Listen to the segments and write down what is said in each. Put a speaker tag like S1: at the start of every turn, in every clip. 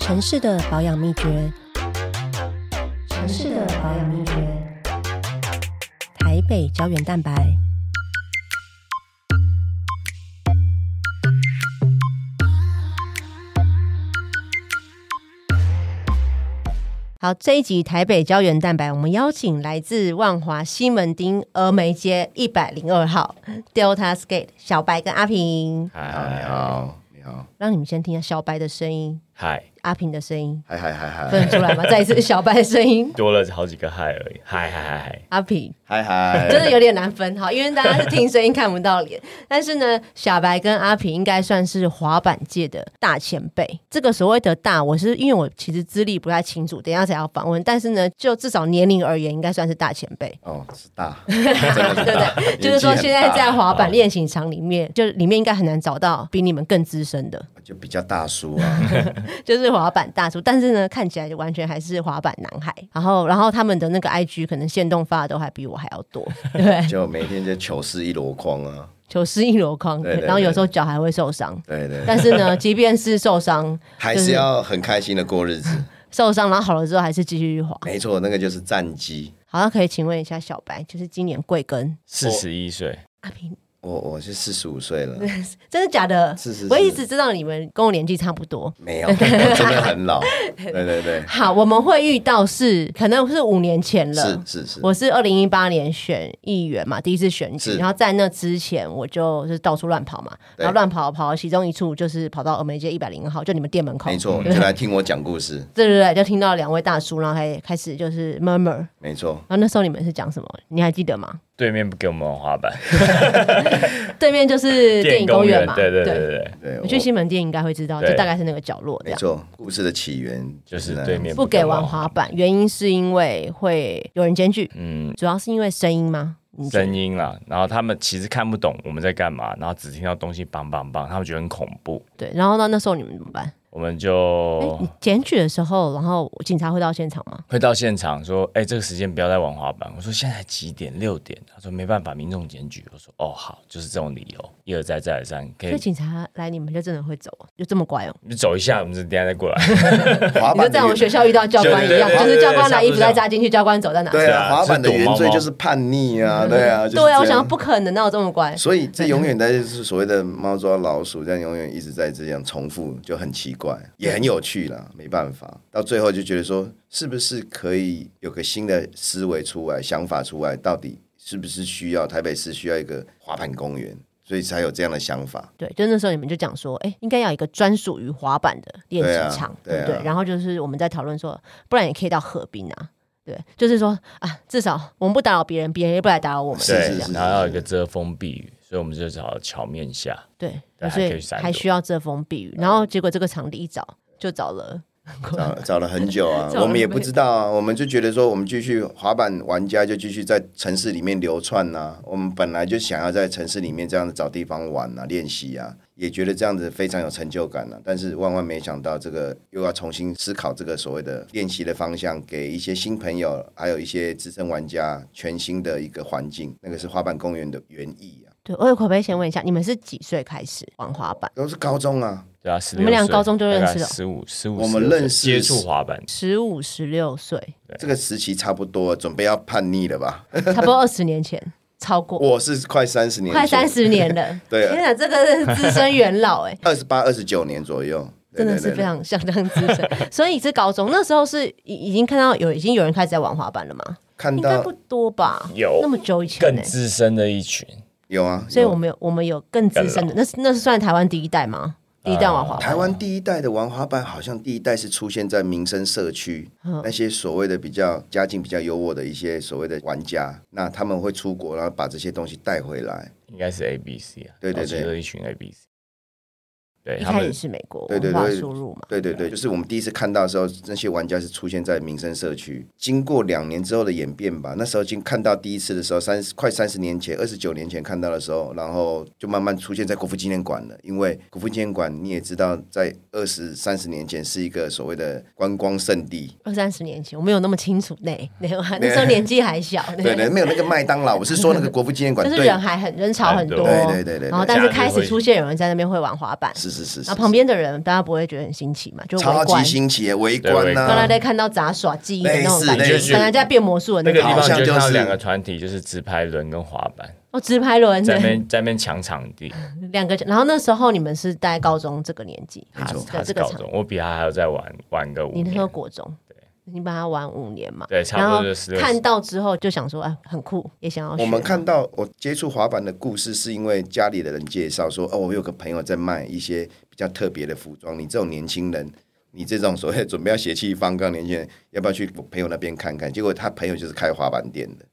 S1: 城市的保养秘诀，城市的保养秘诀，台北胶原蛋白。好，这一集台北胶原蛋白，我们邀请来自万华西门町峨眉街一百零二号 Delta Skate 小白跟阿平，
S2: 嗨，哎你好，你好，
S1: 让你们先听下小白的声音，
S3: 嗨，
S1: 阿平的声音，
S2: 嗨嗨嗨
S1: 分
S2: 嗨，
S1: 得出来吗？再一次小白的声音，
S3: 多了好几个嗨而已，嗨嗨嗨嗨，
S1: 阿平。
S2: 嗨嗨，
S1: 真的有点难分哈，因为大家是听声音看不到脸，但是呢，小白跟阿平应该算是滑板界的大前辈。这个所谓的大，我是因为我其实资历不太清楚，等一下才要访问，但是呢，就至少年龄而言，应该算是大前辈。
S2: 哦，是 大，真的是大
S1: 对，就是说，现在在滑板练习场里面，就里面应该很难找到比你们更资深的，
S2: 就比较大叔啊，
S1: 就是滑板大叔。但是呢，看起来就完全还是滑板男孩。然后，然后他们的那个 IG 可能限动发的都还比我还要多，对不对？
S2: 就每天就糗事一箩筐啊，
S1: 球失一箩筐，
S2: 对对对
S1: 然后有时候脚还会受伤。
S2: 对对，
S1: 但是 呢，即便是受伤，
S2: 还
S1: 就是
S2: 要很开心的过日子，
S1: 受伤，然后好了之后还是继续滑。
S2: 没错，那个就是战绩。
S1: 好，那可以请问一下小白，就是今年贵庚？
S3: 四十一岁，
S1: 阿平，
S2: 我我是四十五岁了，
S1: 真的假的？
S2: 是是是
S1: 我一直知道你们跟我年纪差不多。
S2: 没有， 我真的很老，对对对，
S1: 好，我们会遇到是可能是五年前了。
S2: 是是是，
S1: 我是二零一八年选议员嘛，第一次选举，
S2: 是
S1: 然后在那之前我就是到处乱跑嘛，
S2: 对
S1: 然后乱跑跑，其中一处就是跑到峨眉街一百零号，就你们店门口，
S2: 没错，就来听我讲故事，
S1: 对对对，就听到两位大叔，然后还开始就是 murmur，
S2: 没错，
S1: 然后那时候你们是讲什么？你还记得吗？
S3: 对面不给我们玩滑板，
S1: 对面就是电影公园嘛，
S3: 对对对对对，
S2: 对，
S1: 我去
S2: 我
S1: 西门店应该会知道，就
S3: 对
S1: 大概是那个角落这
S2: 没
S1: 样。
S2: 错，故事的起源
S3: 就是
S2: 那
S3: 对面
S1: 嗯不给玩滑板，原因是因为会有人检举，
S3: 嗯，
S1: 主要是因为声音吗？你觉得
S3: 声音啦，然后他们其实看不懂我们在干嘛，然后只听到东西梆梆梆，他们觉得很恐怖，
S1: 对，然后呢？那时候你们怎么办？
S3: 我们
S1: 哎、
S3: 就
S1: 你检举的时候，然后警察会到现场吗？
S3: 会到现场说，哎，这个时间不要再玩滑板，我说现在才几点？六点，他说没办法，民众检举，我说哦好，就是这种理由，一而再再而三，可
S1: 所以
S3: 以
S1: 警察来，你们就真的会走，就这么乖哦、
S3: 你走一下，我们等一下再过来，
S2: 滑
S1: 你就
S2: 板的
S1: 在我们学校遇到教官一样，
S3: 对对
S1: 就
S3: 对
S1: 是教官
S3: 对对
S1: 拿衣服
S3: 差
S1: 再
S3: 不多
S1: 扎进去，教官走在哪？
S2: 对啊，
S3: 是啊
S2: 滑板的
S3: 是躲
S2: 原罪
S3: 猫猫
S2: 就是叛逆啊，对啊，就是
S1: 对啊，我
S2: 这
S1: 想说
S2: 样
S1: 不可能，哪有这么乖？
S2: 所以这永远在就是所谓的猫抓老鼠，这样永远一直在这样重复，就很奇怪，也很有趣啦，没办法，到最后就觉得说，是不是可以有个新的思维出来、想法出来？到底是不是需要台北市需要一个滑板公园？所以才有这样的想法。
S1: 对，就那时候你们就讲说，哎、应该要有一个专属于滑板的练习场，
S2: 对啊
S1: 不对？
S2: 对啊
S1: 然后就是我们在讨论说，不然也可以到河滨啊，对，就是说啊，至少我们不打扰别人，别人也不来打扰我们，
S2: 是
S1: 就是这
S2: 是
S1: 样
S2: 是
S3: 然后要有一个遮风避雨，所以我们就找桥面下，
S1: 对，
S3: 对
S1: 所
S3: 还可
S1: 以
S3: 以闪躲
S1: 还需要遮风避雨。然后结果这个场地一找就找了，，
S2: 找找了很久 啊
S1: 找了
S2: 我们也不知道啊，我们就觉得说，我们继续滑板玩家就继续在城市里面流窜呐、啊我们本来就想要在城市里面这样子找地方玩啊、练习啊，也觉得这样子非常有成就感啊。但是万万没想到，这个又要重新思考这个所谓的练习的方向，给一些新朋友，还有一些资深玩家全新的一个环境，那个是滑板公园的原意啊。
S1: 对，我也可不可以先问一下，你们是几岁开始玩滑板？
S2: 都是高中啊，
S3: 对啊，16
S1: 你们俩高中就认识了
S3: 岁大概15 15 16岁，十五十五，
S2: 我们认识
S3: 接触滑板，
S1: 十五、十六岁，
S2: 这个时期差不多，准备要叛逆了吧？
S1: 差不多二十年前，超过
S2: 我是快三十年，
S1: 快三。十年了。
S2: 对啊
S1: 天哪，这个是资深元老哎、
S2: 二十八、二十九年左右，对
S1: 真的
S2: 对
S1: 是
S2: 对
S1: 非常相当资深， 所以是高中那时候是已已经看到有已经有人开始在玩滑板了吗？
S2: 看
S1: 应该
S2: 到
S1: 不多吧？
S3: 有
S1: 那么久以前、
S3: 更
S1: 欸，
S3: 资深的一群，
S2: 有啊，
S1: 所以
S2: 有
S1: 我们有我们有更资深的，那是那是算台湾第一代吗？第一代玩滑板，
S2: 台湾第一代的玩滑板，好像第一代是出现在民生社区，
S1: 嗯
S2: 那些所谓的比较家境比较优渥的一些所谓的玩家，那他们会出国，然后把这些东西带回来。
S3: 应该是 A B C 啊，
S2: 对对对
S3: 早期的一群 A B C，对
S1: 一
S3: 他
S1: 开
S3: 们
S1: 始是美国
S2: 对
S1: 文
S2: 对
S1: 化
S2: 对
S1: 输入嘛？
S2: 对对对，就是我们第一次看到的时候，那些玩家是出现在民生社区。经过两年之后的演变吧，那时候经看到第一次的时候，三十快三十年前，二十九年前看到的时候，然后就慢慢出现在国父纪念馆了。因为国父纪念馆你也知道，在二十三十年前是一个所谓的观光圣地。
S1: 二三十年前，我没有那么清 楚呢，那那时候年纪还小，
S2: 对对，没有那个麦当劳，我是说那个国父纪念 馆
S1: 就是
S2: 对
S1: 人还很人潮很多，
S2: 对对对对对
S1: 然后但是开始出现有人在那边会玩滑板，
S2: 是是是是是
S1: 然后旁边的人大家不会觉得很新奇嘛，就
S2: 超
S1: 围
S2: 级
S1: 观。
S2: 新奇耶，围观啊
S3: 对
S2: 呐、
S1: 刚才在看到杂耍技艺的那种感
S2: 类
S3: 似类
S1: 觉，
S3: 似
S1: 本来在变魔术的
S3: 那
S1: 那
S3: 个
S1: 种
S3: 地
S2: 好
S3: 方
S2: 像
S3: 就
S2: 就是
S3: 看到
S2: 是
S3: 两个团体，就是直排轮跟滑板，
S1: 哦，直排轮
S3: 在那
S1: 对
S3: 边在那边抢场地。
S1: 两个。然后那时候你们是在高中这个年纪，
S2: 没错
S1: 在
S3: 他
S1: 这
S3: 是
S1: 个
S3: 高
S1: 场，
S3: 中，我比他还要再晚晚个五
S1: 你那时候
S3: 年。
S1: 国中，你把它玩五年嘛，
S3: 对差不
S1: 然
S3: 多
S1: 后
S3: 就16
S1: 看到之后就想说，哎，很酷，也想要学。
S2: 我们看到我接触滑板的故事，是因为家里的人介绍说，哦，我有个朋友在卖一些比较特别的服装，你这种年轻人，你这种所谓准备要血气方刚的年轻人，要不要去我朋友那边看看？结果他朋友就是开滑板店的，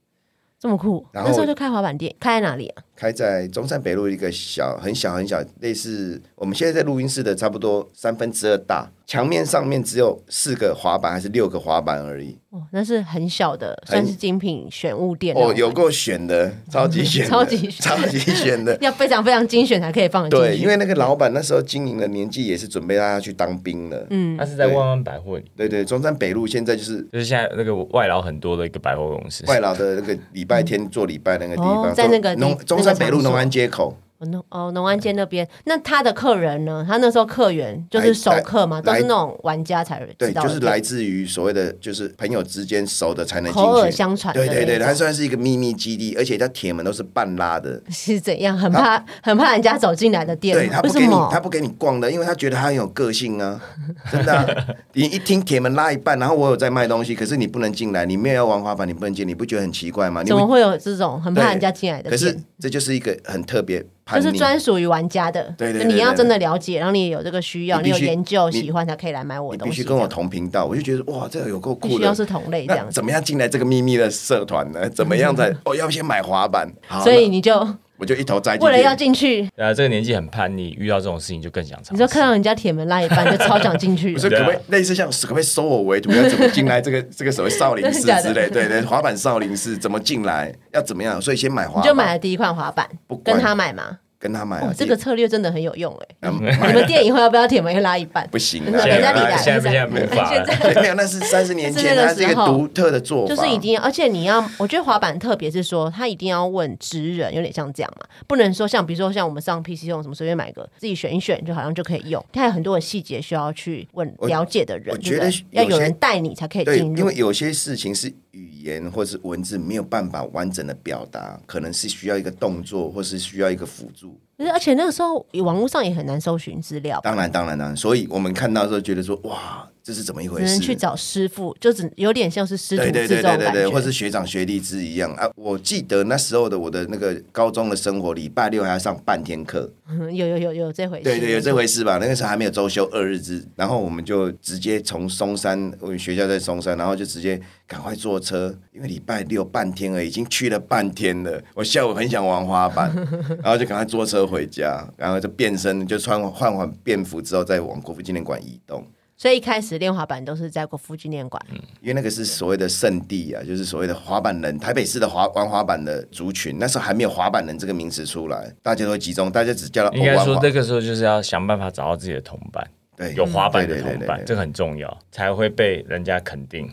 S1: 这么酷，
S2: 然
S1: 那
S2: 后
S1: 时候就开滑板店，开在哪里啊？
S2: 开在中山北路一个小很小很小，类似我们现在在录音室的差不多三分之二大，墙面上面只有四个滑板还是六个滑板而已，
S1: 哦，那是很小的，
S2: 很
S1: 算是精品选物店那种
S2: 哦，有够选的，超级选的，
S1: 超级选
S2: 超级选的。
S1: 要非常非常精选才可以放得进去。
S2: 对，因为那个老板那时候经营的年纪也是准备让他去当兵了。嗯，
S3: 他是在万万百货里，
S2: 对对，中山北路现在就是
S3: 就是现在那个外劳很多的一个百货公司。
S2: 外劳的那个礼拜天做礼拜那个地方，
S1: 哦在那个地
S2: 中农中山北路农安街口，
S1: 哦农哦农安街那边，那他的客人呢？他那时候客源就是熟客嘛，
S2: 来
S1: 都
S2: 来
S1: 是那种玩家才
S2: 对，
S1: 知道的，
S2: 就是来自于所谓的就是朋友之间熟的才能进
S1: 口耳
S2: 去。
S1: 相传的那
S2: 对
S1: 种。
S2: 对对，它算是一个秘密基地，而且它铁门都是半拉的，
S1: 是怎样？很怕很怕人家走进来的店
S2: 对
S1: 吗，
S2: 他
S1: 为
S2: 不
S1: 什
S2: 给你
S1: 么？
S2: 他不给你逛的，因为他觉得他很有个性啊， 真的啊、你一听铁门拉一半，然后我有在卖东西，可是你不能进来，你没有要玩滑板，你不能进，你不觉得很奇怪吗？你
S1: 怎
S2: 会
S1: 么会有这种很怕
S2: 对
S1: 人家进来的
S2: 可是
S1: 店？
S2: 这就是一个很特别
S1: 就
S2: 叛
S1: 是
S2: 逆，
S1: 专属于玩家的，
S2: 对对对
S1: 就你要
S2: 对对
S1: 真的了解，然后你也有这个需要，
S2: 你
S1: 你
S2: 必
S1: 有
S2: 须
S1: 研究
S2: 你
S1: 喜欢才可以来买我
S2: 你
S1: 的东
S2: 必
S1: 西
S2: 须
S1: 这
S2: 跟我
S1: 样。
S2: 同频道，我就觉得哇，这个有够
S1: 必
S2: 酷
S1: 须要
S2: 的。
S1: 是同类这
S2: 那
S1: 样子，
S2: 怎么样进来这个秘密的社团 呢？怎么样才？哦，要先买滑板，好
S1: 所以
S2: 那
S1: 你就
S2: 我就一头栽进去。
S1: 为了要进去，
S3: 啊，这个年纪很叛逆，遇到这种事情就更想尝试。
S1: 你就看到人家铁门拉一半，就超想进去
S2: 我。说可不可以类似像可不可以收我为徒？要怎么进来这个 这个所谓少林
S1: 真
S2: 寺
S1: 的假
S2: 之
S1: 的
S2: 类？对对，滑板少林寺怎么进来？要怎么样？所以先买滑
S1: 你
S2: 板，
S1: 就买了第一块滑板
S2: 不，管
S1: 跟他买嘛。
S2: 跟他买啊
S1: 哦，这个策略真的很有用哎！
S2: 嗯
S1: 你们
S2: 买了
S1: 店以后要不要铁门会拉一 半？
S2: 不行
S1: 真的人家理来
S2: 啊。
S3: 现在现在没法
S1: 现在
S2: 对 没有，那是三十年前，
S1: 是那个
S2: 它是一个
S1: 时候
S2: 独特的做法，
S1: 就是一定要，而且你要，我觉得滑板特别是说，他一定要问职人，有点像这样嘛，不能说像比如说像我们上 PC 用什么随便买个自己选一选，就好像就可以用。它有很多的细节需要去问
S2: 我
S1: 了解的人，对
S2: 我
S1: 不
S2: 觉得
S1: 对要
S2: 有
S1: 有
S2: 些
S1: 人带你才可以
S2: 对，
S1: 进
S2: 因
S1: 入
S2: 为。有些事情是语言或是文字没有办法完整的表达，可能是需要一个动作，或是需要一个辅助。
S1: 可是而且那个时候网络上也很难搜寻资料，
S2: 当然，当然，当然，所以我们看到的时候觉得说，哇，这是怎么一回
S1: 只能
S2: 事？
S1: 去找师傅，就只有点像是师徒
S2: 对对
S1: 制这
S2: 对
S1: 种
S2: 对
S1: 感
S2: 对
S1: 觉
S2: 对，。或是学长学弟制一样啊！我记得那时候的我的那个高中的生活，礼拜六还要上半天课。
S1: 嗯 有有有有这回事。
S2: 对对，有这回事吧？那个时候还没有周休二日制，然后我们就直接从松山，我们学校在松山，然后就直接赶快坐车，因为礼拜六半天了，已经去了半天了。我下午很想玩滑板，然后就赶快坐车回家，然后就变身，就穿换完便服之后，再往国父纪念馆移动。
S1: 所以一开始练滑板都是在国父纪念馆，
S2: 因为那个是所谓的圣地啊，就是所谓的滑板人，台北市的滑玩滑板的族群，那时候还没有滑板人这个名词出来，大家都集中，大家只叫他哦
S3: 应该
S2: 玩
S3: 说
S2: 滑
S3: 那个时候就是要想办法找到自己的同伴，
S2: 对
S3: 有滑板的
S2: 对对对
S3: 同
S2: 对
S3: 伴，
S2: 对啊
S3: 这个很重要，才会被人家肯定。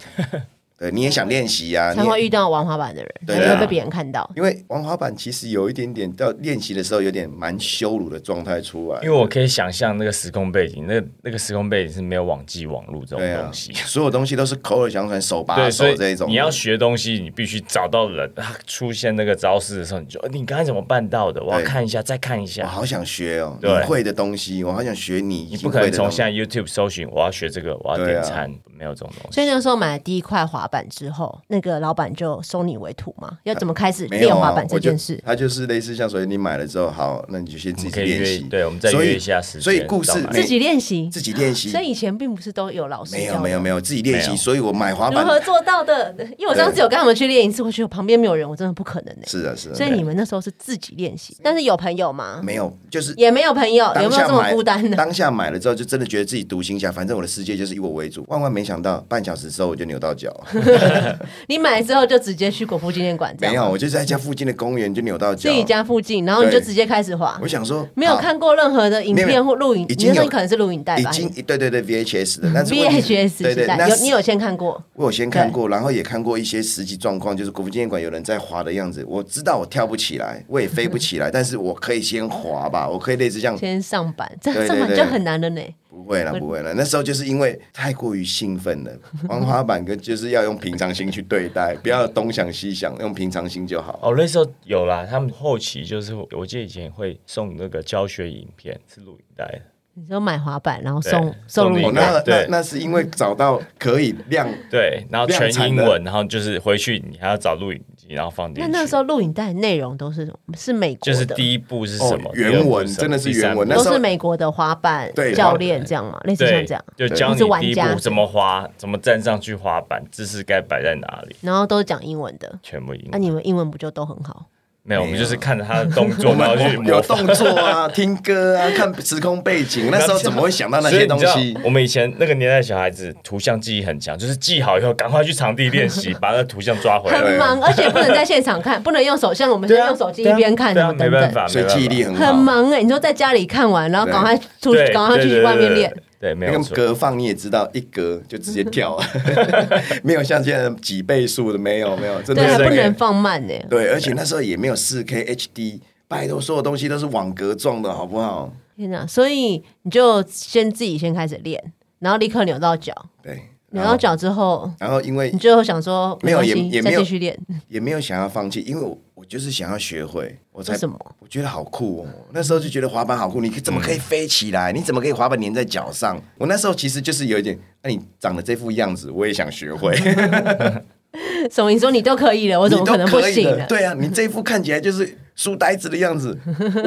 S2: 对，你也想练习啊，你
S1: 才
S2: 也
S1: 会遇到玩滑板的人，
S2: 对
S1: 才
S2: 啊
S1: 会被别人看到。
S2: 因为玩滑板其实有一点点到练习的时候有点蛮羞辱的状态出来
S3: 因为，我可以想象那个时空背景，那那个时空背景是没有网际网络这
S2: 对
S3: 种
S2: 啊
S3: 东，西。
S2: 所有东西都是口耳相传、手把
S3: 对，所
S2: 手
S3: 以
S2: 这一种。
S3: 你要学东西，你必须找到人。他出现那个招式的时候，你就呃你刚才怎么办到的？我要
S2: 对
S3: 看一下，再看一
S2: 我
S3: 下。
S2: 好想学哦，你
S3: 啊对
S2: 会的东西，我好想学你已
S3: 你
S2: 经
S3: 不可
S2: 会
S3: 能
S2: 的
S3: 从
S2: 东西
S3: 现。在 YouTube 搜寻，我要学这个，我要
S2: 对啊
S3: 点餐，没有这种东西。
S1: 所以那个时候买了第一块滑板之后，那个老板就收你为徒嘛？要怎么开始
S2: 没有
S1: 练
S2: 啊
S1: 滑板这
S2: 我就
S1: 件事？
S2: 它就是类似像，所以你买了之后，好，那你就先
S3: 我
S2: 自
S3: 们
S2: 己
S3: 可以
S2: 练
S3: 约
S2: 习，，
S3: 对，我们再
S2: 所以
S3: 约一下时间。
S2: 所以故事
S3: 到哪里
S2: 啊没
S1: 自己练习，
S2: 自己练习
S1: 所。以以前并不是都有老师
S2: 没
S1: 教
S2: 有
S1: 的
S2: 没有没有，自己练
S3: 没
S2: 习，
S3: 有
S2: 所以我买滑
S1: 如
S2: 板
S1: 何做到的？因为我上次有跟他们去练一次，我觉得旁边没有人，我真的不可能呢、
S2: 是啊是啊，
S1: 所以你们那时候是自己练习，但是有朋友吗？
S2: 没有就是
S1: 也没有朋友，有
S2: 当
S1: 没有
S2: 下
S1: 这么
S2: 买
S1: 孤单的？
S2: 当 下买了之后，就真的觉得自己独行侠，反正我的世界就是以我为主。万万没想到，半小时之后我就扭到脚，
S1: 你买了之后就直接去国父纪念馆，这
S2: 没
S1: 样
S2: 有，我就在家附近的公园就扭到脚
S1: 自。己家附近，然后你就
S2: 对
S1: 直接开始滑
S2: 我。想说
S1: 没有，看过任何的影
S2: 没有没有
S1: 片或录影，
S2: 已
S1: 你
S2: 经有
S1: 说你可能是录影带
S2: 好已
S1: 吧
S2: 经对对对 VHS 的，但是问题是
S1: ？VHS
S2: 对
S1: 时
S2: 对，
S1: 代
S2: 那
S1: 有
S2: 是
S1: 你有先看过？
S2: 我有先看过，然后也看过一些实际状况，就是国父纪念馆有人在滑的样子。我知道我跳不起来，我也飞不起来，但是我可以先滑吧，我可以类似这样。
S1: 先上班，这
S2: 对
S1: 样上班
S2: 对
S1: 就很难了呢。
S2: 不会了，不会了。那时候就是因为太过于兴 奋了，玩滑板跟就是要用平常心去对待，不要东想西想，用平常心就好。
S3: 哦，那时候有啦，他们后期就是我记得以前会送那个教学影片，是录影带的。
S1: 你说买滑板，然后
S3: 对
S1: 送送录
S3: 送
S2: 哦，
S1: 影
S3: 你看
S2: 那那
S3: 对
S2: 那是因为找到可以亮
S3: 对，然后
S2: 量
S3: 全
S2: 产
S3: 英
S2: 的
S3: 文，然后就是回去你还要找录影机，然后放进
S1: 那
S3: 去。
S1: 那时候录影带内容都是什么？是美国
S3: 就
S1: 的，
S3: 是第一步是什
S2: 哦
S3: 么？第二
S2: 原
S3: 步
S2: 文，
S3: 什么
S2: 真的是
S3: 第三
S2: 原文。
S3: 步
S2: 那
S1: 都
S2: 时候
S1: 是美国的滑板
S2: 对
S1: 教
S2: 滑
S1: 练这样嘛，类似像
S3: 对
S1: 这样，，
S3: 就
S2: 对
S3: 教
S1: 你是玩
S3: 你第一
S1: 家
S3: 步怎么滑，怎么站上去滑板，姿势该摆在哪里，
S1: 然后都是讲英文的。
S3: 全部英
S1: 那、
S3: 文。
S1: 啊你们英文不就都很好？
S3: 没有，我们就是看着他的动作，然后去模
S2: 有
S3: 仿。
S2: 动作啊，听歌啊，看时空 背景。那时候怎么会想到那
S3: 所以
S2: 些
S3: 你
S2: 东
S3: 知道
S2: 西？，
S3: 我们以前那个年代的小孩子，图像记忆很强，就是记好以后赶快去场地 练习，把那图像抓回来。
S1: 很忙，而且不能在现场 看，不能用手，像我们现
S3: 对
S1: 在
S3: 啊，
S1: 用手机
S3: 对
S1: 一
S3: 啊
S1: 边看
S3: 对
S1: 什
S3: 啊
S1: 么等
S3: 没
S1: 等
S3: 办。法，
S2: 所以
S3: 没办
S2: 记忆力
S3: 法
S2: 很
S1: 很
S2: 好。
S1: 忙哎、你说在家里看完，然后
S2: 对
S1: 赶快出，
S3: 对，
S1: 赶快
S3: 对
S1: 去
S3: 对
S1: 外面
S3: 对
S1: 练。
S3: 对，没
S2: 那
S3: 有
S2: 个
S3: 错。
S2: 格放你也知道，一格就直接 跳， 没有像现在几倍速的，没有没有，真的
S1: 对啊，
S2: 是
S1: 不能放慢哎、
S2: 对，而且那时候也没有四 K HD，拜托，所有东西都是网格状的，好不好？
S1: 天哪！所以你就先自己先开始练，然后立刻扭到脚，
S2: 对，
S1: 扭到脚之后，
S2: 然后因为
S1: 你就想说
S2: 没有
S1: 关系
S2: 也也
S1: 再
S2: 没有
S1: 继续练，
S2: 也没有想要放弃，因为我我就是想要学会，我才
S1: 为什么？
S2: 我觉得好酷哦！那时候就觉得滑板好酷，你怎么可以飞起来？你怎么可以滑板粘在脚上？我那时候其实就是有一点，那、你长得这副样子，我也想学会，
S1: 什么？你说你都可以了， 我
S2: 你
S1: 怎么
S2: 都
S1: 可能不
S2: 可以
S1: 行
S2: 的。
S1: 呢？
S2: 对啊，你这副看起来就是书呆子的样子，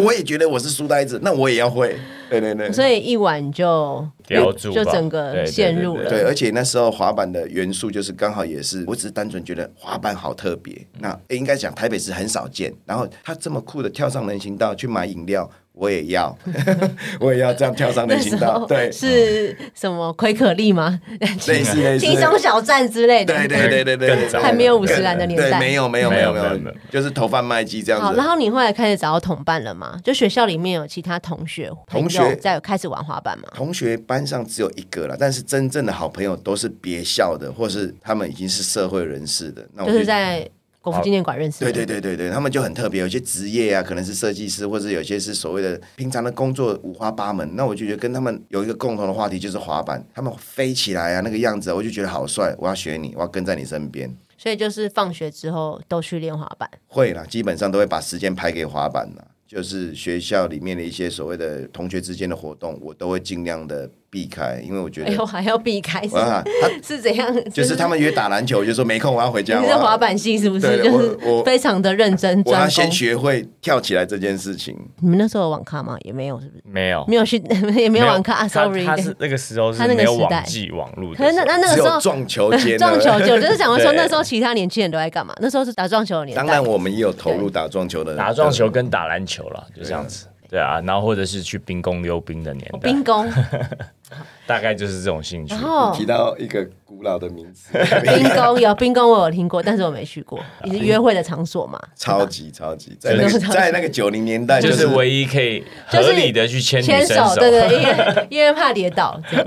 S2: 我也觉得我是书呆子，那我也要会。对对 对，
S1: 所以一晚你就
S3: 叼住吧
S1: 就整个
S3: 对对
S1: 陷入了。
S2: 对，而且那时候滑板的元素就是刚好也是，我只是单纯觉得滑板好特别。
S1: 嗯
S2: 那、诶应该讲台北市很少见，然后他这么酷的跳上人行道去买饮料，我也要， 我也要这样跳上
S1: 那
S2: 人
S1: 时
S2: 行道，
S1: 候
S2: 对，
S1: 是什么奎可力吗？
S2: 类似类似
S1: 轻松小站之类的。
S2: 对对对对对
S3: 更早
S2: 对，
S1: 还没有五十岚的年代
S2: 对，没有没有
S3: 没
S2: 没有
S3: 有
S2: 没
S3: 没
S2: 有
S3: 有没有，
S2: 就是投贩卖机这样
S1: 好，然
S2: 子。
S1: 后你后来开始找到同伴了吗？就学校里面有其他同学、朋
S2: 同
S1: 友
S2: 学
S1: 在开始玩滑板吗？
S2: 同学班上只有一个了，但是真正的好朋友都是别校的，或是他们已经是社会人士的。那我
S1: 就是在国父纪念馆认识的。
S2: 对对对对对，他们就很特别，有些职业啊，可能是设计师，或者有些是所谓的平常的工作五花八门。那我就觉得跟他们有一个共同的话题，就是滑板，他们飞起来啊，那个样子啊，我就觉得好帅，我要学你，我要跟在你身边。
S1: 所以就是放学之后都去练滑板，
S2: 会啦，基本上都会把时间排给滑板啦，就是学校里面的一些所谓的同学之间的活动，我都会尽量的避开，因为我觉
S1: 哎
S2: 得
S1: 呦，还要避开是
S2: 啊，他
S1: 是怎样？
S2: 就是他们约打篮球，我就说没空，我要回
S1: 你
S2: 家。我
S1: 是
S2: 要
S1: 滑板系是不是？
S2: 对
S1: 就是
S2: 我我
S1: 非常的认真
S2: 我要
S1: 专
S2: 先
S1: 攻。
S2: 学会跳起来这件事情。
S1: 你们那时候有网咖吗？也没有，是不是？
S3: 没有
S1: 没有去， 也没有网咖啊，sorry。
S3: 他他是那个时候
S1: 他
S3: 是
S1: 那个
S3: 没有
S1: 时代
S3: 网际网络的 时
S1: 可
S3: 候，
S1: 是那那那个
S2: 只
S1: 时
S2: 有
S1: 候
S2: 撞球 间
S1: 撞球，我就是想 说
S3: 对
S1: 那时候其他年轻人都在干嘛？那时候是打撞球的年代。
S2: 当然，我们也有投入打撞球的，
S3: 打撞球跟打篮球啦，就这样子。对啊，然后或者是去冰宫溜冰的年代，
S1: 冰 宫，
S3: 大概就是这种兴趣
S1: 然。后
S2: 提到一个古老的 名词，
S1: 冰宫有冰宫，我有听过，但是我没去 过。你是约会的场所嘛？
S2: 超级超级， 在那
S1: 就
S2: 个
S1: 是
S2: 在那个九零年代，
S3: 就
S2: 就是是
S3: 唯一可以合理的去牵女
S1: 牵
S3: 生
S1: 手，对对，因为因为怕跌倒。这样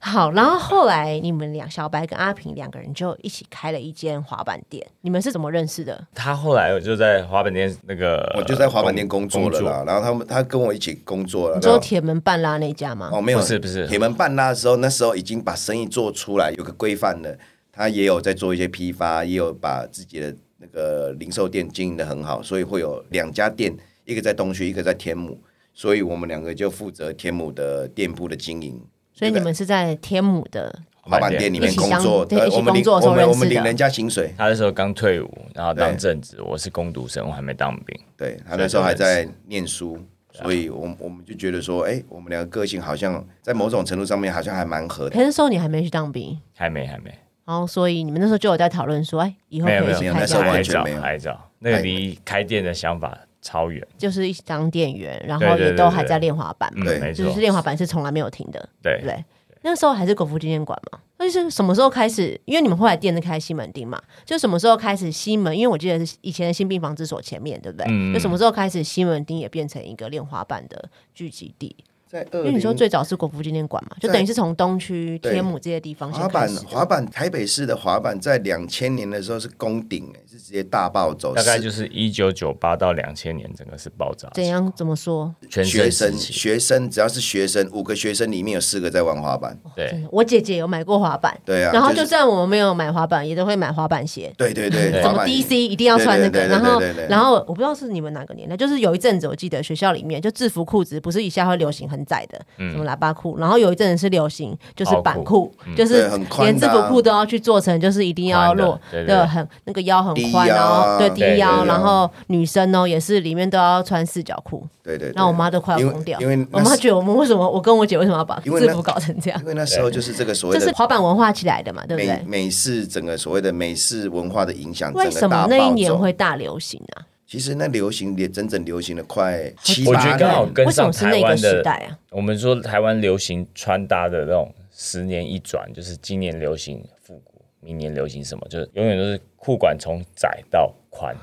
S1: 好，然后后来你们两小白跟阿平两个人就一起开了一间滑板店，你们是怎么认识的？
S3: 他后来我就在滑板店那个，
S2: 我就在滑板店工作了啦。然后他们他跟我一起工作了
S1: 你，
S2: 然
S1: 说
S2: 后
S1: 铁门半拉那家吗？
S2: 哦没有
S3: 不是不是
S2: 铁门半拉的时候，那时候已经把生意做出来，有个规范了。他也有在做一些批发，也有把自己的那个零售店经营的很好，所以会有两家店，一个在东区，一个在天母，所以我们两个就负责天母的店铺的经营。
S1: 所以你们是在天母的，
S2: 滑板店里面工
S1: 一
S2: 作，呃
S1: 起相对一起
S2: 我们
S1: 工
S2: 领
S1: 作的时
S2: 我
S1: 候认识的
S2: 们我们领人家薪水，
S3: 他那时候刚退伍，然后当
S2: 对
S3: 正职，我是工读生，我还没当兵。
S2: 对他那时候还在念书，所以我们我们就觉得说，哎，我们两个个性好像在某种程度上面好像还蛮合的。
S1: 可是那时候你还没去当兵，
S3: 还没，还没，
S1: 然后所以你们那时候就有在讨论说，哎，以后
S3: 没有
S1: 可
S3: 没
S1: 以一
S3: 有，
S1: 起
S2: 有
S1: 开
S2: 那时
S1: 家
S2: 候
S1: 店
S2: 完
S3: 还
S2: 全
S3: 早
S2: 没有
S3: 还早，那个离开店的想法超远。
S1: 就是一起当店员，然
S3: 对
S1: 后
S3: 对
S1: 也
S3: 对
S1: 都
S3: 对
S1: 还在练滑板嘛，
S3: 嗯，
S2: 对
S3: 没
S1: 就
S3: 错
S1: 是，练滑板是从来没有停的，对不
S3: 对，
S1: 对？那时候还是国父纪念馆嘛。那就是什么时候开始？因为你们后来店是开西门町嘛，就什么时候开始西门？因为我记得是以前的新病防治所前面，对不对？
S3: 嗯
S1: 就什么时候开始西门町也变成一个练滑板的聚集地？
S2: 在
S1: 因
S2: 二
S1: 为你说
S2: 零
S1: 最早是国父纪念馆嘛，就
S2: 在
S1: 等于是从东区、
S2: 对哦
S1: 天母这些地方
S2: 滑
S1: 先开
S2: 板
S1: 始的。
S2: 滑板台北市的滑板在两千年的时候是攻顶、哎是直接大暴走，
S1: 哦
S3: 大概
S2: 是
S3: 就是一九九八到两千年，整个是爆炸
S1: 怎
S3: 期，
S1: 样？怎么说？
S3: 全
S2: 学
S3: 盛时
S2: 生
S3: 期。
S2: 学生只要是学生，五个学生里面有四个在玩滑板，
S3: 对，
S1: 我姐姐有买过滑板，
S2: 对啊，
S1: 然后
S2: 就
S1: 就是算我们没有买滑板，也都会买滑板鞋。
S2: 对对对，
S1: 什
S2: 滑
S1: 么
S2: 板
S1: DC 一定要穿那个，
S2: 对对对对
S1: 然后
S2: 对对对
S1: 然后我不知道是你们哪个年代，就是有一阵子我记得学校里面就制服裤子不是以下会流行很窄的，
S2: 嗯
S1: 什么喇叭裤，然后有一阵子是流行就是板裤，就是
S2: 对很宽的啊
S1: 连制服裤都要去做成就是一定要落
S3: 宽的对对对
S1: 很那个腰很宽，
S2: 低腰
S1: 然
S2: 啊
S1: 后对
S3: 对
S1: 低
S3: 对
S1: 腰，
S2: 对
S1: 然后女生哦也是里面都要穿四角裤，
S2: 对对对，
S1: 然后我妈都快要
S2: 因为
S1: 疯掉，
S2: 因为
S1: 我
S2: 那
S1: 妈
S2: 时
S1: 觉得我们为什么我跟我姐为什么要把
S2: 因为那
S1: 制服搞成这样
S2: 因，为那时候就是这个所谓
S1: 这是
S2: 的
S1: 滑板文化起来的嘛，对不
S2: 美
S1: 对？
S2: 美式整个所谓的美式文化的影响，整
S1: 为
S2: 个
S1: 什么
S2: 大
S1: 那一
S2: 暴
S1: 年
S2: 走。
S1: 会大流行啊？
S2: 其实那流行也整整流行了快七
S3: 我
S2: 八
S3: 觉
S2: 年，
S3: 得刚好跟
S1: 为什
S3: 上
S1: 么是
S3: 台
S1: 那个
S3: 湾
S1: 时
S3: 的
S1: 代啊？
S3: 我们说台湾流行穿搭的那种十年一转，就是今年流行复古，明年流行什么，就是永远都是裤管从窄到 宽，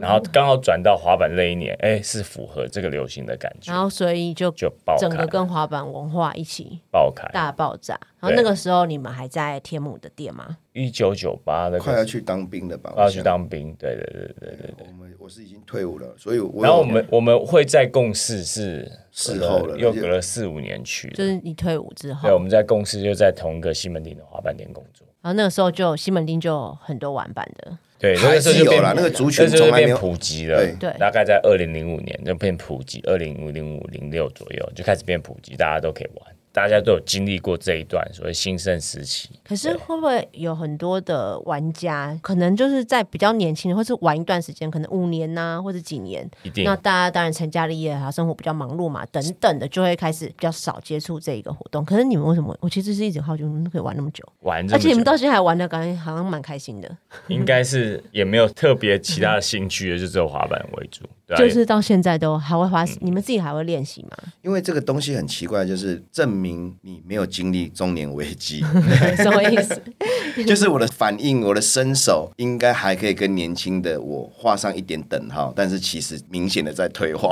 S3: 然后刚好转到滑板那一年，哎、是符合这个流行的感觉
S1: 然，后所以就
S3: 就爆
S1: 整
S3: 开
S1: 个，跟滑板文化一起
S3: 爆开。
S1: 大爆炸。然后
S3: 对
S1: 那个时候你们还在天母的店吗？
S3: 一九九八那
S2: 快要
S3: 个
S2: 去当兵了吧？
S3: 快啊要去
S2: 我想
S3: 当兵，对对对对对。
S2: 我们我是已经退伍了，所以我
S3: 然后我
S2: 有
S3: 们我们会在共事是
S2: 事
S3: 隔
S2: 后了
S3: 又隔了四五年去的，
S1: 就是你退伍之后
S3: 对，，我们在共事就在同一个西门町的滑板店工作。
S1: 然后那个时候就西门町就有很多玩板的，
S3: 对，那
S2: 还
S3: 个时候
S2: 是
S3: 就
S2: 有
S3: 变
S2: 啦，那个族群
S3: 这就
S2: 从
S3: 是
S2: 来没
S3: 变
S2: 有。
S3: 普及了，
S2: 对
S1: 对
S3: 大概在二零零五年就变普及，二零五零五零六左右就开始变普及，大家都可以玩，大家都有经历过这一段所谓兴盛时期。
S1: 可是会不会有很多的玩家，可能就是在比较年轻，或是玩一段时间，可能五年呐、或者几年，
S3: 一定
S1: 那大家当然成家立业啊，生活比较忙碌嘛，等等的，就会开始比较少接触这一个活动。可是你们为什么？我其实是一直好奇，你们可以玩那么久，
S3: 玩这
S1: 而
S3: 么
S1: 且你们
S3: 久，
S1: 到现在还玩的感觉好像蛮开心的，
S3: 应该是也没有特别其他的兴趣，就只有滑板为主。对啊嗯
S1: 就是到现在都还会花，你们自己还会练 习吗？
S2: 因为这个东西很奇怪，就是证明你没有经历中年危机，
S1: 什么意思？
S2: 就是我的反应，我的身手应该还可以跟年轻的我画上一点等号，但是其实明显的在退化，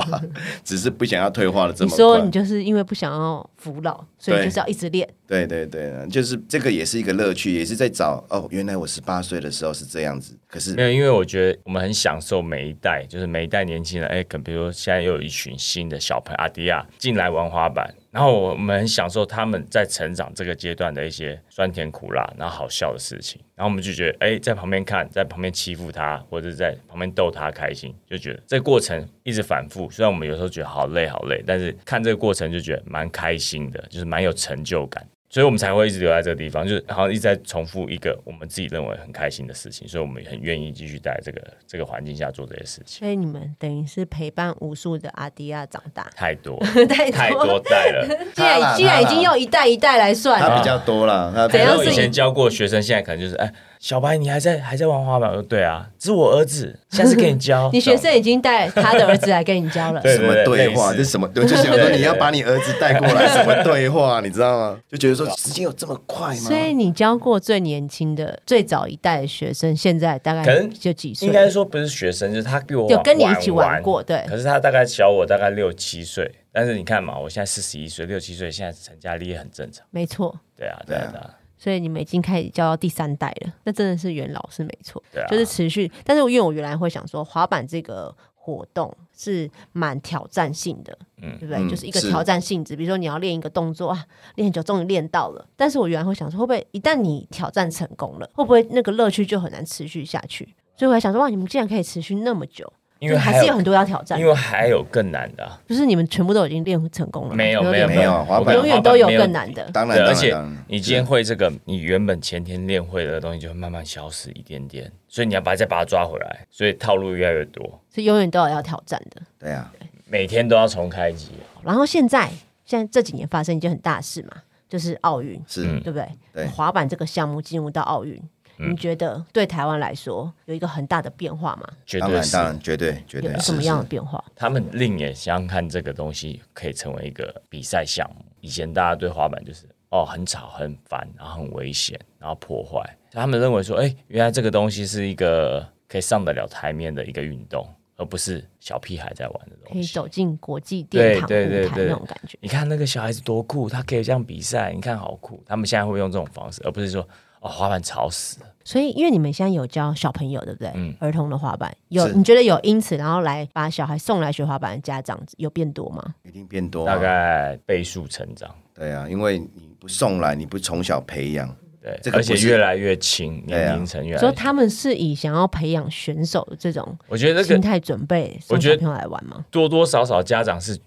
S2: 只是不想要退化的这
S1: 你
S2: 么
S1: 说你
S2: 快。
S1: 就是因为不想要服老，所以
S2: 对
S1: 就是要一直练。
S2: 对对对，就是这个也是一个乐趣，也是在找哦，原来我十八岁的时候是这样子，可是
S3: 没有，因为我觉得我们很享受每一代，就是每一代年轻人，哎，可能比如说现在又有一群新的小朋友阿迪亚进来玩滑板，然后我们很享受他们在成长这个阶段的一些酸甜苦辣，然后好笑的事情，然后我们就觉得，哎，在旁边看，在旁边欺负他，或者是在旁边逗他开心，就觉得这个过程一直反复。虽然我们有时候觉得好累好累，但是看这个过程就觉得蛮开心的，就是蛮有成就感。所以我们才会一直留在这个地方，就是好像一直在重复一个我们自己认为很开心的事情，所以我们也很愿意继续在这个这个环境下做这些事情。。
S1: 所以你们等于是陪伴无数的阿迪亚长大
S3: 太多
S1: 太
S3: 太多代了，
S1: 既然既然已经用一代一代来算
S2: 他
S1: 了，
S2: 比较多啦，他
S1: 怎
S2: 比
S1: 样
S2: 较
S3: 然
S1: 是。
S3: 后
S2: 多
S3: 以前教过学生，现在可能就是哎，小白你还在还在玩滑板？我说对啊，这是我儿子，下次给你 教
S1: 你学生已经带他的儿子来跟你教了。
S3: 对
S2: 什么对话？
S3: 类似
S2: 这是什么？我就想说你要把你儿子带过来，什么对 话？你知道吗？就觉得说时间有这么快吗
S1: 所？以你教过最年轻的、最早一代的学生，现在大
S3: 可
S1: 概
S3: 能
S1: 就几岁？
S3: 应该说不是学生，就是他比我晚
S1: 有跟你一起玩过对
S3: 可是他大概小我大概六七岁，但是你看嘛，我现在四十一岁，六七岁现在成家立业很正常。
S1: 没错。
S3: 对啊，
S1: 嗯
S3: 对啊，对啊。
S1: 所以你们已经开始教到第三代了，那真的是元老是没错，
S3: 对啊
S1: 就是持续。但是因为我原来会想说，滑板这个活动是蛮挑战性的，嗯，对不对？
S2: 嗯
S1: 就是一个
S2: 是
S1: 挑战性质，比如说你要练一个动作啊，练很久终于练到了。但是我原来会想说，会不会一旦你挑战成功了，会不会那个乐趣就很难持续下去？所以我还想说，哇，你们竟然可以持续那么久，
S3: 因为
S1: 就是还
S3: 还
S1: 是
S3: 有
S1: 有很多要挑战
S3: 因，为还有更难的啊、
S1: 就是你们全部都已经练成功了吗，
S3: 没有
S1: 练
S3: 有
S1: 吗
S2: 没有滑板
S1: 永远都有更。难的。
S2: 当然，
S3: 对，
S2: 当
S3: 而
S2: 然
S3: 且
S2: 当然
S3: 你今天会这个，你原本前天练会的东西就会慢慢消失一点点，所以你要把再把它抓回来，所以套路越来越多，
S1: 是永远都有要挑战的。
S2: 对啊，
S3: 每天都要重开机。
S1: 然后现在现在这几年发生一件很大的事嘛，就是奥运，
S2: 是
S3: 嗯
S1: 对不对？
S2: 对
S1: 滑板这个项目进入到奥运，你觉得对台湾来说有一个很大的变化吗？
S3: 绝
S2: 当
S3: 对
S2: 然，
S3: 是
S2: 当，然，绝对，绝对
S1: 有什
S2: 是
S1: 么
S2: 是
S1: 样的变化？
S3: 他们另眼相看这个东西可以成为一个比赛项目。以前大家对滑板就是哦很吵、很烦，然后很危险，然后破坏。他们认为说，哎，原来这个东西是一个可以上得了台面的一个运动，而不是小屁孩在玩的
S1: 可
S3: 东
S1: 以
S3: 西。
S1: 走进国际殿堂
S3: 对
S1: 舞
S3: 对对
S1: 台
S3: 对
S1: 那种感觉。
S3: 你看那个小孩子多酷，他可以这样比赛，你看好酷。他们现在会用这种方式，而不是说哦滑板吵死了。
S1: 所以，因为你们现在有教小朋友，对不对？
S3: 嗯
S1: 儿童的滑板有，
S2: 是
S1: 你觉得有因此然后来把小孩送来学滑板的家长有变多吗？
S2: 一定变多、啊。
S3: 大概倍数成长，
S2: 对啊，因为你不送来，你不从小培养，
S3: 对，
S2: 这个
S3: 而
S2: 不是
S3: 且越来越轻，
S2: 对啊
S3: 年龄层越来
S1: 所以
S3: 越。
S1: 他们是以想要培养选手的这种
S3: 我觉得这
S1: 心
S3: 个
S1: 态准备
S3: 我
S1: 送
S3: 觉
S1: 小
S3: 得
S1: 朋友来玩吗？
S3: 多多少少家长是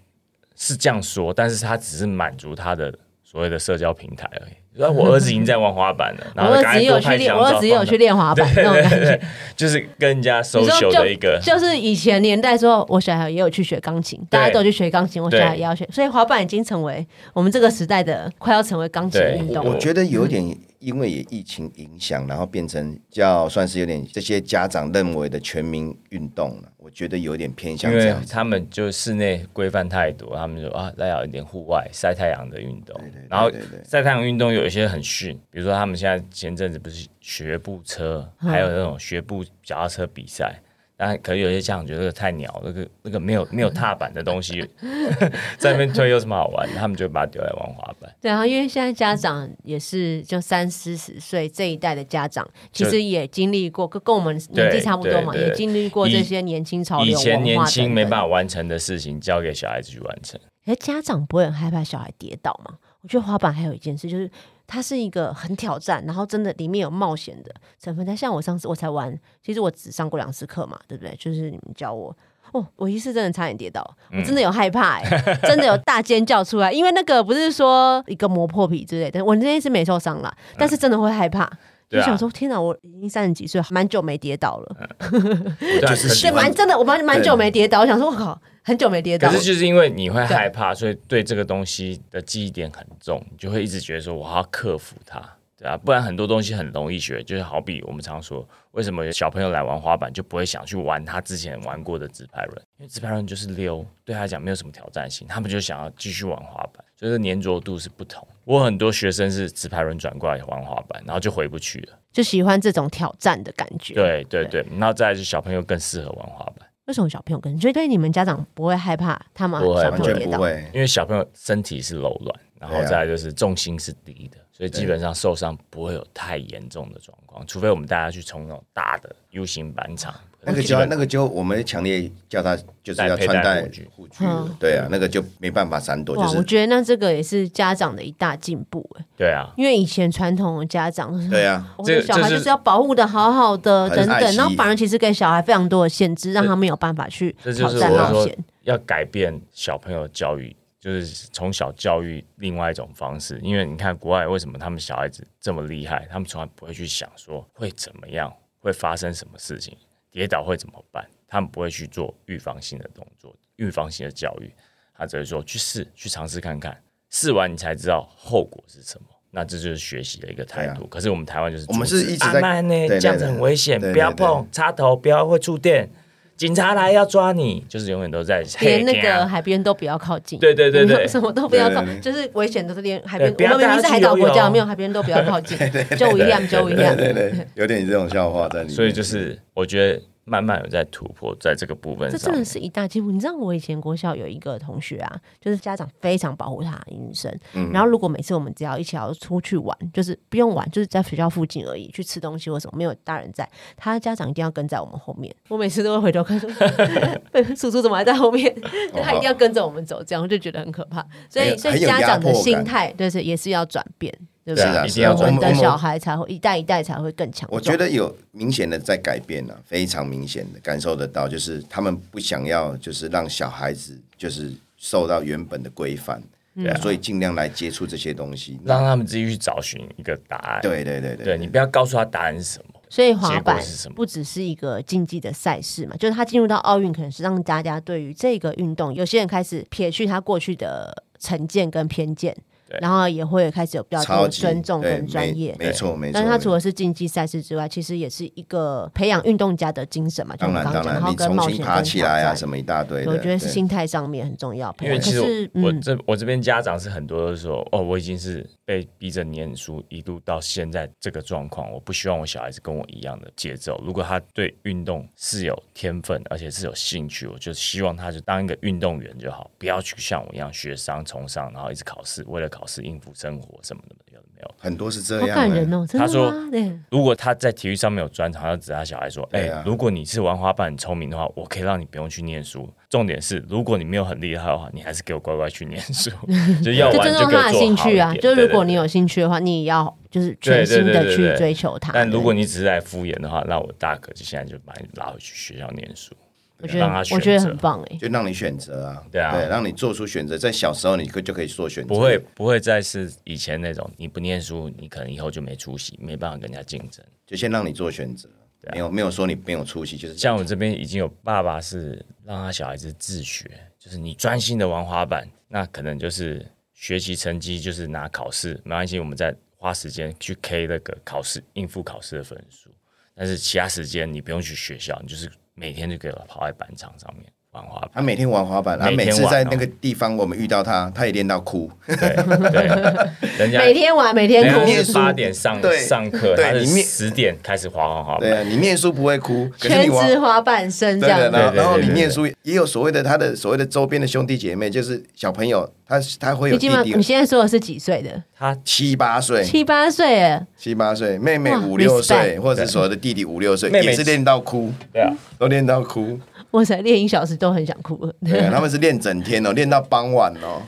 S3: 是这样说，但是他只是满足他的所谓的社交平台而已。然后我儿子已经在玩滑板 了，
S1: 我
S3: 然后
S1: 儿子
S3: 赶快
S1: 也
S3: 多
S1: 有去
S3: 拍几
S1: 练，
S3: 张
S1: 我儿
S3: 照
S1: 子也有
S3: 放
S1: 去练滑板那种感觉。
S3: 就是跟人家
S1: 你说
S3: social 的一个，
S1: 就就是以前年代说，我小孩也有去学钢琴，大家都有去学钢琴，我小孩也要学，所以滑板已经成为我们这个时代的快要成为钢琴
S3: 对
S1: 运
S2: 我
S1: 动。
S2: 觉得有点因为也疫情影响，然后变成叫算是有点这些家长认为的全民运动了。我觉得有点偏向
S3: 因
S2: 这
S3: 为
S2: 样子。
S3: 他们就室内规范太多，他们就啊，大家有一点户外晒太阳的运动，然后
S2: 对对对
S3: 晒太阳运动有一些很逊，比如说他们现在前阵子不是学步车，
S1: 嗯
S3: 还有那种学步脚踏车比赛。但可能有些家长觉得这个太鸟，那个那个没有没有踏板的东 西， 在那边推有什么好玩？他们就把它丢来玩滑板。
S1: 对啊，因为现在家长也是就三四十岁这一代的家长，其
S3: 就
S1: 实也经历过，跟跟我们年纪差不多嘛，
S3: 对对对
S1: 也经历过这
S3: 以
S1: 些年轻潮
S3: 以
S1: 流
S3: 前
S1: 文
S3: 年
S1: 化
S3: 轻没办
S1: 法，
S3: 法完成的事情，交给小孩子去完成。
S1: 哎，家长不会很害怕小孩跌倒吗？我觉得滑板还有一件事就是。它是一个很挑战，然后真的里面有冒险的成分。但像我上次我才玩，其实我只上过两次课嘛，对不对？就是你们教我，哦，我一次真的差点跌倒，我真的
S3: 嗯
S1: 有害怕、欸，真的有大尖叫出来，因为那个不是说一个磨破皮之类的，我那一次没受伤啦，但是真的会害怕，
S3: 嗯对
S1: 就
S3: 啊嗯
S1: 想说天哪，我已经三十几岁，蛮久没跌倒了，
S3: 对啊，可
S1: 对，蛮真的，我蛮蛮久没跌倒，我想说我靠，很久没跌倒
S3: 可
S1: 了
S3: 是，就是因为你会害怕，所以对这个东西的记忆点很重，你就会一直觉得说我要克服它，对啊，不然很多东西很容易学，就是好比我们常说，为什么小朋友来玩滑板就不会想去玩他之前玩过的直排轮，因为直排轮就是溜，对他来讲没有什么挑战性，他们就想要继续玩滑板，所以这粘着度是不同。我很多学生是直排轮转过来玩滑板，然后就回不去了。
S1: 就喜欢这种挑战的感觉。，
S3: 对对对，然后再来就是小朋友更适合玩滑板。
S1: 为什么小朋友跟？所以对你们家长不会害怕他们
S3: 不会
S1: 小
S2: 完
S1: 朋友
S2: 全
S1: 跌
S2: 不
S1: 倒？
S2: 会。
S3: 因为小朋友身体是柔软，然后
S2: 对啊
S3: 再来就是重心是低的，所以基本上受伤不会有太严重的状况，除非我们大家去冲那种大的 U 型板场，
S2: 那个
S3: 基
S2: 就要
S3: 本
S2: 那个就我们强烈叫他就是要
S3: 戴
S2: 穿戴
S3: 佩戴护具
S2: 护具了
S1: 嗯，
S2: 对啊，那个就没办法闪躲，
S1: 哇，
S2: 就
S1: 我
S2: 是
S1: 觉得那这个也是家长的一大进步哎，
S3: 对啊，
S1: 因为以前传统的家长都是
S2: 对啊，
S1: 我
S3: 这
S1: 的
S3: 个
S1: 小孩
S3: 这
S1: 就是是要保护的好好的，
S2: 很
S1: 等
S2: 爱
S1: 等，
S2: 惜
S1: 然后反而其实给小孩非常多的限制，让他没有办法去
S3: 这
S1: 挑
S3: 就是
S1: 战
S3: 我
S1: 冒
S3: 说
S1: 险。
S3: 要改变小朋友教育，就是从小教育另外一种方式。因为你看国外为什么他们小孩子这么厉害，他们从来不会去想说会怎么样，会发生什么事情，跌倒会怎么办，他们不会去做预防性的动作，预防性的教育，他只会说去试，去尝试看看，试完你才知道后果是什么。那这就是学习的一个态度。可是我们台湾就是
S2: 啊我们是
S3: 阻止
S2: 一直在
S3: 啊慢呢
S2: 对，对
S3: 这样子很危险，
S2: 对对
S3: 不要
S2: 对
S3: 碰插头，不要会触电。警察来要抓你，就是永远都在
S1: 连那
S3: 嘿啊
S1: 个
S3: 呀
S1: 海边都不要靠近，
S3: 对对对 对
S1: 什么都不要靠，
S2: 对对
S1: 就是危险都是连海边。
S3: 对不要
S1: 我们明明是
S3: 带他
S1: 海
S3: 去
S1: 岛国
S3: 游
S1: 家，
S3: 泳
S1: 没有海边都不要靠 近，就一样，就一样。
S2: 对对，有点这种笑话在里面。
S3: 所以就是我觉得慢慢有在突破，在这个部分
S1: 这
S3: 上
S1: 真的
S3: 面，
S1: 是一大进步。你知道我以前国校有一个同学啊，就是家长非常保护她女生。
S2: 嗯
S1: 然后如果每次我们只要一起要出去玩，就是不用玩，就是在学校附近而已，去吃东西或什么，没有大人在，他家长一定要跟在我们后面。我每次都会回头看 说， 叔叔怎么还在后面？就他一定要跟着我们走，这样我就觉得很可怕。所以，
S2: 哦很有
S1: 所以
S2: 很有
S1: 家长的
S2: 压迫感
S1: 心态，对，是也是要转变，对不
S2: 是
S1: 对？
S2: 啊，
S3: 一
S2: 是
S3: 定
S2: 啊
S3: 要
S1: 我
S2: 我
S1: 们
S2: 们
S1: 的
S2: 我
S1: 小
S2: 们
S1: 孩才会一代一代才会更强壮。
S2: 我觉得有明显的在改变了、非常明显的感受得到，就是他们不想要，就是让小孩子就是受到原本的规范，
S1: 嗯
S2: 对、啊，所以尽量来接触这些东西。
S3: 让他们自己去找寻一个答案。
S2: 对对对
S3: 对，
S2: 对，
S3: 你不要告诉他答案是什么，
S1: 所以滑
S3: 结果
S1: 板
S3: 是什么
S1: 不只是一个竞技的赛事嘛，就是它进入到奥运，可能是让大家对于这个运动，有些人开始撇去他过去的成见跟偏见，
S3: 对
S1: 然后也会开始有比较多
S2: 超
S1: 的
S2: 级
S1: 尊重
S2: 对
S1: 跟专
S2: 没
S1: 业。
S2: 没错没错。
S1: 但是它除
S2: 没
S1: 了是竞技赛事之外，其实也是一个培养运动家的精神嘛，就
S2: 当
S1: 我们
S2: 然
S1: 刚
S2: 当
S1: 刚讲，然
S2: 然，
S1: 后
S2: 你
S1: 跟
S2: 重
S1: 冒
S2: 新
S1: 险
S2: 爬
S1: 跟
S2: 起
S1: 挑
S2: 来啊，
S1: 战
S2: 什么一大堆的。
S1: 我觉得是
S2: 对
S1: 心态上面很重要。
S3: 因为
S1: 可
S3: 其实
S1: 是
S3: 我我
S1: 嗯
S3: 这我这边家长是很多都说，哦，我已经是被逼着念书，一路到现在这个状况，我不希望我小孩子跟我一样的节奏。如果他对运动是有天分，而且是有兴趣，我就希望他就当一个运动员就好，不要去像我一样学商、从商，然后一直考试，为了考试应付生活什么的，有的没有。
S2: 很多是这
S1: 好
S2: 样、
S1: 感
S2: 欸
S1: 人哦，真
S3: 他
S1: 的
S3: 说
S1: 吗？对，
S3: 如果他在体育上面有专长，他指他小孩说：“哎、
S2: 对啊
S3: 如果你是玩滑板很聪明的话，我可以让你不用去念书。重点是，如果你没有很厉害的话，你还是给我乖乖去念书， 就要
S1: 就
S3: 玩
S1: 尊
S3: 就
S1: 重
S3: 给我
S1: 他的
S3: 做
S1: 兴
S3: 好一
S1: 趣啊。
S3: 点
S1: 就如果你。
S3: 对对对
S1: 有兴趣的话，你也要就是全
S3: 对对
S1: 心
S3: 对
S1: 的
S3: 对
S1: 去
S3: 对
S1: 追求它。
S3: 但如果
S1: 对
S3: 你只是来敷衍的话，那我大可就现在就把你拉回去学校念书。
S2: 嗯
S1: 我觉
S3: 让他
S1: 得我
S3: 选
S1: 觉得
S3: 择
S1: 很棒哎，
S2: 就让你选择啊，
S3: 对啊
S2: 让你做出选择，在小时候你可就可以做选择，
S3: 不会不会再是以前那种你不念书，你可能以后就没出息，没办法跟人家竞争。
S2: 就先让你做选择，
S1: 啊
S2: 没有没有说你没有出息，就是
S3: 像我这边已经有爸爸是让他小孩子自学，就是你专心的玩滑板，那可能就是学习成绩就是拿考试，没关系，我们再花时间去 K 那个考试，应付考试的分数。但是其他时间你不用去学校，你就是每天就给我跑在板场上面玩滑板。
S2: 他每天玩滑板，他
S3: 每
S2: 每
S3: 天
S2: 次
S3: 玩
S2: 在
S3: 哦
S2: 那个地方我们遇到他，他也练到哭，
S3: 对对，人家
S1: 每天玩每天
S3: 人
S1: 哭
S3: 家
S2: 念
S3: 是
S2: 书
S3: 八点上
S2: 对
S3: 上课，
S2: 对
S3: 他是
S2: 你念
S3: 十点开始滑滑滑
S2: 对
S3: 板。
S2: 啊，你念书不会哭，可是
S1: 全
S2: 你玩
S1: 职滑板生这
S2: 对
S1: 样
S2: 的，
S1: 子。
S2: 然后
S3: 对对
S2: 然后你
S3: 对对
S2: 念
S3: 对
S2: 书也有所谓的他的所谓的周边的兄弟姐妹，就是小朋友，他他会有
S1: 你
S2: 弟
S1: 今晚
S2: 弟
S1: 你现在说的是几岁的？
S3: 他
S2: 七八岁，
S1: 七八岁哎，
S2: 七八岁，妹妹
S1: 哇
S2: 五六
S1: respect
S2: 岁，或者是所谓的弟弟五六岁，
S3: 妹妹
S2: 也是练到哭，
S3: 对啊，
S2: 都练到哭，
S1: 哇塞，练一小时都很想哭了。
S2: 对啊，他们是练整天哦，练到傍晚哦，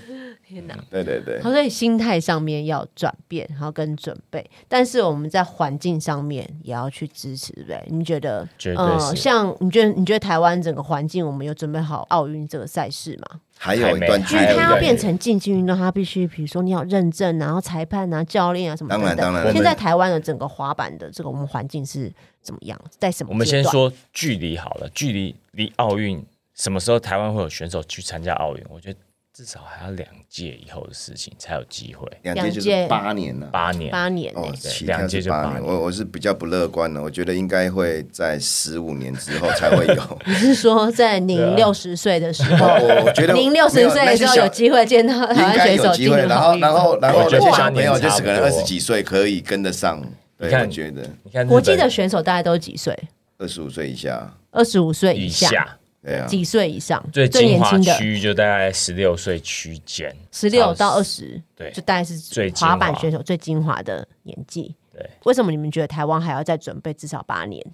S1: 天哪！
S2: 对对对
S1: 好，所以心态上面要转变，然后跟准备，但是我们在环境上面也要去支持，对不对？你觉得？
S3: 绝对
S1: 呃，
S3: 是。
S1: 像你觉得你觉得台湾整个环境，我们有准备好奥运这个赛事吗？
S2: 还有
S3: 还
S2: 一
S3: 没
S2: 段
S3: 还
S2: 距
S1: 因为
S3: 有
S2: 离
S3: 一
S1: 它要
S3: 段
S1: 变成竞技运动，它必须比如说你要认证啊，然后裁判啊、教练啊什么等
S2: 当然
S1: 等。
S2: 当然
S1: 现
S2: 我们
S1: 在台湾的整个滑板的这个我们环境是怎么样？在什么阶段？
S3: 我们先说距离好了，距离离奥运什么时候台湾会有选手去参加奥运？我觉得至少还要两届以后的事情才有机会，
S2: 两届就
S1: 两
S2: 是
S1: 届
S2: 八年了。
S3: 八年。
S1: 八年、
S2: 哦
S1: 欸，，
S2: 起
S3: 两
S2: 跳
S3: 届
S2: 是
S3: 就
S2: 八
S3: 八
S2: 年，
S3: 年
S2: 我我是比较不乐观的，我觉得应该会在十五年之后才会 有。
S1: 你是说
S3: 啊
S1: 在您六十岁 的时候，
S2: 我我觉得
S1: 您六
S2: 没
S1: 十
S2: 有
S1: 岁
S2: 那
S1: 的
S2: 些
S1: 时候
S2: 小
S1: 有机会见到台
S2: 应
S1: 湾
S2: 该
S1: 选
S2: 有
S1: 手
S2: 机
S1: 进
S2: 会。
S1: 入哦
S2: 然
S1: 奥
S2: 后，
S1: 运
S2: 然后，然后
S3: 我觉得
S2: 那些
S3: 哇
S2: 小朋友就是可能
S3: 差
S2: 二
S3: 不多
S2: 十几岁可以跟得上。对，
S3: 你看
S2: 我觉得
S3: 你看日
S1: 国际
S3: 本
S1: 的选手大概都几岁？
S2: 二十五岁以下，
S1: 二十五岁
S3: 以
S1: 下，
S3: 下
S2: 对啊，
S1: 几岁以上？
S3: 最精
S1: 年
S3: 华
S1: 轻的
S3: 区域就大概十六岁区间，
S1: 十六到二
S3: 十。
S1: 十，
S3: 对
S1: 就大概是
S3: 最精华
S1: 滑板选手最精华的年纪。
S3: 对，
S1: 为什么你们觉得台湾还要再准备至少八年？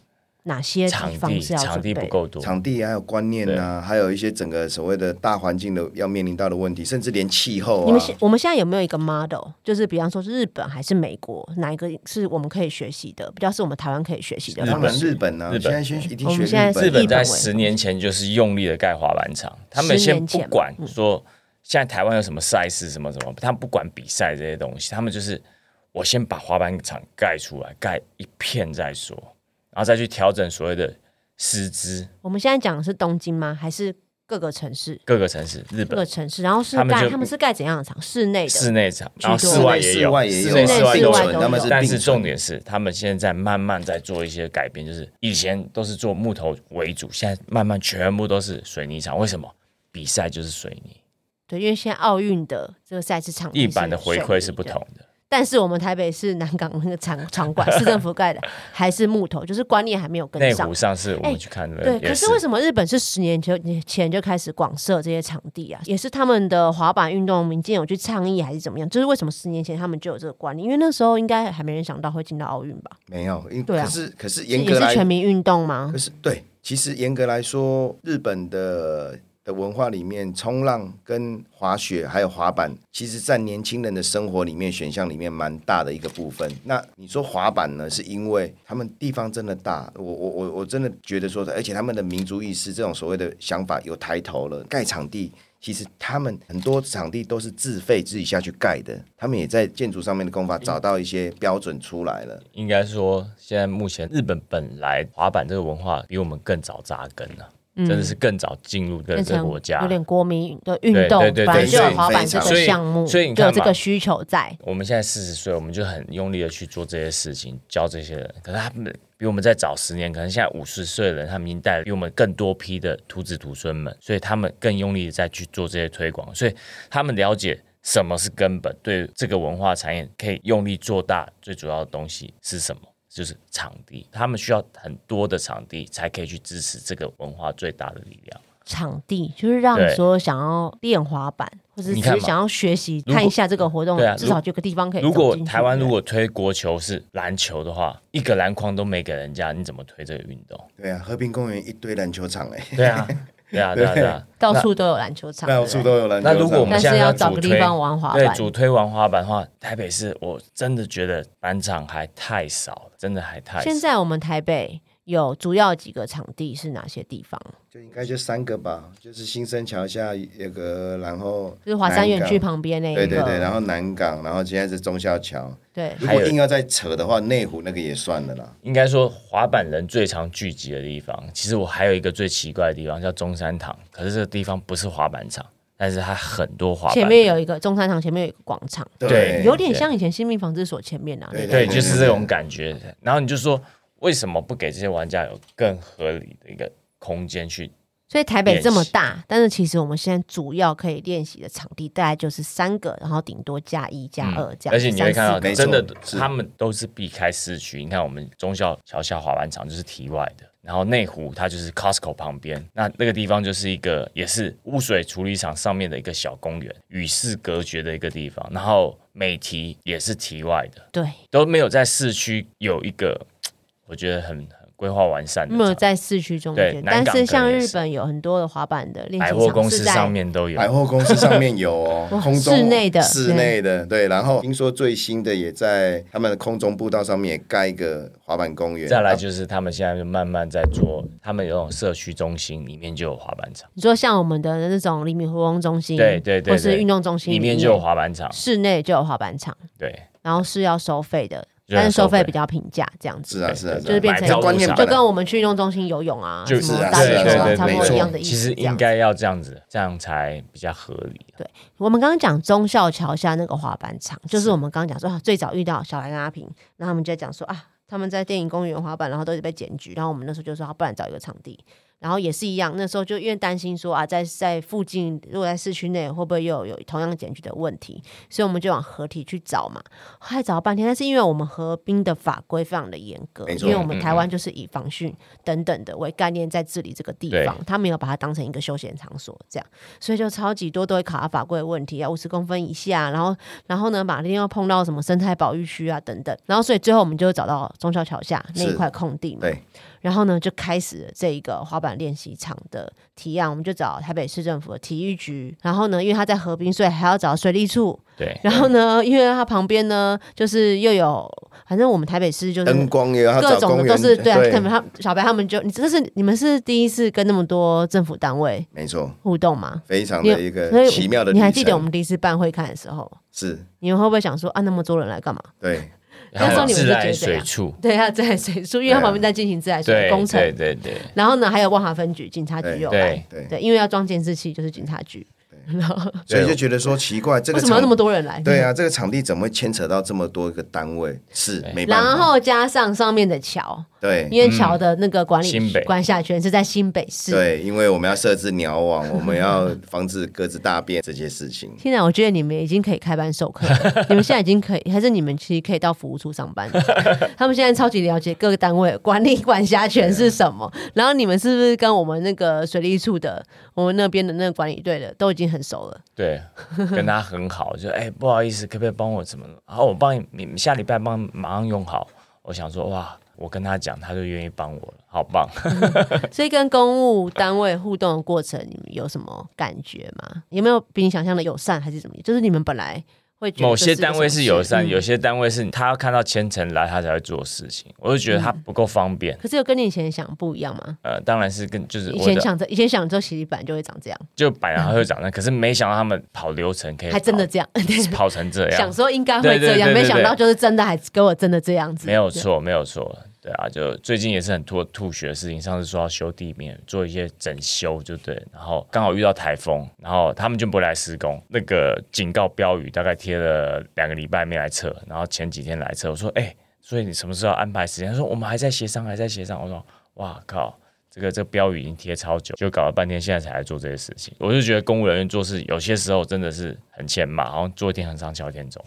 S1: 哪些
S3: 场
S1: 地方
S3: 地
S1: 是要
S3: 场
S1: 准备的？
S3: 地不够多，
S2: 场地还有观念啊，还有一些整个所谓的大环境的要面临到的问题，甚至连气候
S1: 你们
S2: 啊，
S1: 现我们现在有没有一个 model？就是比方说日本还是美国，哪一个是我们可以学习的？比较是我们台湾可以学习的
S3: 日
S1: 方
S2: 当
S1: 式。
S2: 然日本啊，
S3: 日本
S2: 现在先一定
S1: 我
S2: 学
S1: 们现在
S2: 日
S1: 是
S3: 日
S2: 本。啊
S3: 本在
S1: 为主
S3: 十年前就是用力的盖滑板场，他们
S1: 10
S3: 先
S1: 年
S3: 不
S1: 前嗯
S3: 管说现在台湾有什么赛事什么什么，他们不管比赛这些东西，他们就是我先把滑板场盖出来，盖一片再说，然后再去调整所谓的师资，
S1: 我们现在讲的是东京吗？还是各个城市？
S3: 各个城市
S1: 各
S3: 日
S1: 个
S3: 本
S1: 城市，然后是
S3: 他们
S1: 盖
S3: 就
S1: 他们是盖怎样的场？室内
S3: 室
S1: 的，
S3: 内场，
S1: 居多
S3: 然后室外也
S2: 室
S3: 有
S2: 外，也
S3: 室
S2: 有
S3: 内
S1: 室内
S3: 室外
S1: 室
S3: 都
S1: 外
S3: 有
S1: 都。
S2: 他们
S1: 有
S2: 是
S3: 但
S2: 并
S3: 是
S2: 存
S3: 重点是，他们现在慢慢在做一些改变，就是以前都是做木头为主，现在慢慢全部都是水泥厂。为什么？比赛就是水泥，
S1: 对，因为现在奥运的这个赛事场地
S3: 地板的回馈是不
S1: 水泥的
S3: 同的。
S1: 但是我们台北市南港那个场场馆，市政府盖的还是木头，就是观念还没有跟
S3: 内
S1: 上
S3: 湖。上次我
S1: 哎
S3: 们去看的，
S1: 对，
S3: 也
S1: 可是为什么日本是十年就前就开始广设这些场地啊？也是他们的滑板运动民间有去倡议还是怎么样？就是为什么十年前他们就有这个观念？因为那时候应该还没人想到会进到奥运吧？
S2: 没有，因
S1: 对啊
S2: 可是可是
S1: 是
S2: 严
S1: 也
S2: 格
S1: 是
S2: 来
S1: 全民运动吗
S2: 可？是对，其实严格来说，日本的的文化里面，冲浪跟滑雪还有滑板，其实在年轻人的生活里面选项里面蛮大的一个部分。那你说滑板呢，是因为他们地方真的大，我我我我真的觉得说，而且他们的民族意识这种所谓的想法有抬头了，盖场地。其实他们很多场地都是自费自己下去盖的，他们也在建筑上面的功法找到一些标准出来了。
S3: 应该说，现在目前日本本来滑板这个文化比我们更早扎根了、真的是更早进入这
S1: 嗯变
S3: 这个
S1: 成
S3: 国家
S1: 有。点国民的运动，
S3: 对对对
S1: 本来就有滑板这
S2: 所以
S1: 个项目，
S3: 所以你
S1: 就
S3: 看
S1: 有这
S3: 嘛
S1: 个需求在。
S3: 我们现在四十岁，我们就很用力的去做这些事情，教这些人。可是他们比我们再早十年，可能现在五十岁的人，他们已经带了比我们更多批的徒子徒孙们，所以他们更用力的再去做这些推广，所以他们了解什么是根本，对这个文化产业可以用力做大，最主要的东西是什么？就是场地，他们需要很多的场地才可以去支持这个文化最大的力量。
S1: 场地，就是让
S3: 对
S1: 所有想要练滑板，或者只
S3: 你看
S1: 是
S3: 嘛
S1: 想要学习
S3: 如果
S1: 看一下这个活动
S3: 对啊，
S1: 至少就有个地方可以走
S3: 如
S1: 进去。
S3: 果台湾
S1: 对
S3: 如
S1: 不对
S3: 果推国球是篮球的话，一个篮筐都没给人家，你怎么推这个运动？
S2: 对啊，和平公园一堆篮球场哎、
S3: 对啊，对啊，对啊，对啊。
S1: 到处都有篮球场，
S2: 到处都有篮球场。
S3: 那如果我们
S1: 但
S3: 现
S1: 是
S3: 在
S1: 要
S3: 要
S1: 找个
S3: 主
S1: 地
S3: 推
S1: 方玩滑
S3: 对
S1: 板，
S3: 主推玩滑板的话，台北市我真的觉得板场还太少了，真的还太少。
S1: 现在我们台北有主要几个场地是哪些地方？
S2: 就应该就三个吧，就是新生桥下有个，然后
S1: 就是华山园区
S2: 南港。
S1: 旁边那一个，
S2: 对对对，然后南港，然后现在是中孝桥。
S1: 对
S2: 如
S3: 还
S2: 果
S3: 有
S2: 硬要再扯的话，内湖那个也算了啦。
S3: 应该说滑板人最常聚集的地方，其实我还有一个最奇怪的地方叫中山堂，可是这个地方不是滑板场，但是它很多滑板。
S1: 前面有一个中山堂，前面有一个广场，
S3: 对
S1: 有点像以前新民纺织所前面啊。
S2: 对
S3: 对，就是这种感觉。然后你就说，为什么不给这些玩家有更合理的一个空间去？
S1: 所以台北这么大，但是其实我们现在主要可以练习的场地大概就是三个，然后顶多加一加二这样。
S3: 嗯而且你会看到，
S1: 三四个
S2: 没错
S3: 真的
S2: 是
S3: 他们都是避开市区。你看我们中校桥下滑板场就是体外的，然后内湖它就是 Costco 旁边，那那个地方就是一个也是污水处理厂上面的一个小公园，与世隔绝的一个地方。然后美堤也是体外的，
S1: 对，
S3: 都没有在市区有一个我觉得很很规划完善的
S1: 没有
S3: 场地
S1: 在市区中
S3: 对
S1: 间，
S3: 南
S1: 但
S3: 港
S1: 是像
S3: 可能也
S1: 日
S3: 是
S1: 本有很多的滑板的练
S3: 百
S1: 习
S3: 货公
S1: 场是
S3: 司
S1: 在
S3: 上面都有
S2: 百货公司上面有哦，
S1: 哇
S2: 空中
S1: 室内的
S2: 室内的对，然后听说最新的也在他们的空中步道上面也盖一个滑板公园。啊
S3: 再来就是他们现在就慢慢在做，他们有那种社区中心里面就有滑板场，
S1: 你说像我们的那种黎明活动中心，
S3: 对对对
S1: 或是
S3: 对
S1: 运动中心
S3: 里面就有滑板场，
S1: 室内就有滑板场，
S3: 对，
S1: 然后是要收费的，
S3: 就要
S1: 但是收
S3: 收费
S1: 费比较平价，这样
S2: 是
S1: 子。
S2: 啊是啊，
S1: 就是变成
S3: 买到
S2: 观念
S3: 入场
S1: 就
S2: 本来
S1: 跟我们去运动中心游泳啊，
S3: 就
S1: 什
S2: 是
S1: 么
S2: 啊
S1: 打
S2: 是啊
S1: 球
S2: 是
S1: 啊，
S2: 啊
S1: 差不
S2: 没
S1: 多
S2: 错
S1: 一样的意思。
S3: 其实
S1: 这
S3: 应
S1: 样
S3: 该要这样子，这样才比较合理。
S1: 我们刚刚讲中校桥下那个滑板场，就是我们刚刚讲说啊，最早遇到小兰跟阿平，然后他们就在讲说啊，他们在电影公园滑板，然后都一直被检举，然后我们那时候就说，啊不然找一个场地。然后也是一样，那时候就因为担心说啊，在在附近，如果在市区内会不会又有同样检举的问题，所以我们就往合体去找嘛。后来找了半天，但是因为我们河滨的法规非常的严格，
S2: 没
S1: 因
S2: 错嗯
S1: 为我们台湾就是以防汛等等的为概念在治理这个地方，他没有把它当成一个休闲场所这样。所以就超级多都会考到法规的问题啊，五十公分以下，然后然后呢，马丁又碰到什么生态保育区啊等等，然后所以最后我们就找到中小桥下那一
S2: 是
S1: 块空地嘛，
S2: 对，
S1: 然后呢就开始了这一个滑板练习场的提案，我们就找台北市政府的体育局，然后呢，因为它在河滨，所以还要找水利处，
S3: 对，
S1: 然后呢，因为它旁边呢就是又有，反正我们台北市就是
S2: 灯光也要
S1: 各
S2: 找
S1: 种
S2: 公
S1: 的
S2: 园，
S1: 都是对啊，可能他小白他们就你这是你们是第一次跟那么多政府单位
S2: 没错，
S1: 互动吗？
S2: 非常
S1: 你
S2: 的一
S1: 所
S2: 个
S1: 以
S2: 奇妙的历程。
S1: 你还记得我们第一次办会看的时候，
S2: 是
S1: 你们会不会想说啊，那么多人来干嘛？
S2: 对，
S1: 那时候你们
S3: 自
S1: 是觉
S3: 来
S1: 得怎
S3: 水
S1: 样
S3: 处，
S1: 对啊，自来 水处，因为
S2: 对啊
S1: 它旁边在进行自来水
S3: 对，
S1: 的工程，
S3: 对对对
S1: 然后呢，还有万华分局警察局有来
S3: 对，
S2: 对
S1: 对，因为要装监视器，就是警察局，
S2: 所以就觉得说奇怪，这
S1: 为
S2: 个
S1: 什么要
S2: 场
S1: 那么多人来？嗯
S2: 对啊，这个场地怎么会牵扯到这么多个单位？是没办
S1: 然
S2: 法，
S1: 后加上上面的桥，
S2: 对
S1: 因为桥的那个管理
S3: 嗯新北
S1: 管辖权是在新北市。
S2: 对，因为我们要设置鸟网，我们要防止鸽子大便这些事情。
S1: 现在我觉得你们已经可以开班授课 了，你们现在已经可以，还是你们其实可以到服务处上班。他们现在超级了解各个单位的管理管辖权是什么，然后你们是不是跟我们那个水利处的，我们那边的那个管理队的都已经很熟 了？
S3: 对， 跟他很好，就哎、不好意思，可不可以帮我怎么？然后我帮你，你下礼拜帮马上用好。我想说哇，我跟他讲，他就愿意帮我了，好棒。
S1: 所以跟公务单位互动的过程，你们有什么感觉吗？有没有比你想象的友善，还是怎么样？就是你们本来会 觉得
S3: 某
S1: 这
S3: 些
S1: 个
S3: 单位
S1: 什
S3: 是
S1: 么
S3: 友
S1: 事
S3: 善，有
S1: 嗯
S3: 些单位是他要看到千层来，他才会做事情。我就觉得他不够方便。
S1: 可是有跟你以前想的不一样吗？
S3: 呃，当然是跟就是
S1: 嗯以
S3: 我
S1: 前
S3: 的
S1: 想着，以前想着洗洗板就会长这样，
S3: 就本来会长那，可是没想到他们跑流程可以
S1: 还真的
S3: 跑
S1: 这 样。
S3: 跑成这
S1: 想
S3: 样，
S1: 说应该会
S3: 对对
S1: 这样，
S3: 对对
S1: 没想
S3: 对
S1: 到就是真的还给我真的这样子，
S3: 没有错，没有错。对啊，就最近也是很多吐血的事情。上次说要修地面，做一些整修，就对。然后刚好遇到台风，然后他们就不来施工。那个警告标语大概贴了两个礼拜没来测，然后前几天来测。我说：“哎、所以你什么时候要安排时间？”他说：“我们还在协商，还在协商。”我说：“哇靠！”这个这个标语已经贴超久，就搞了半天，现在才来做这些事情。我就觉得公务人员做事有些时候真的是很欠骂，好像做一天和尚敲一天钟。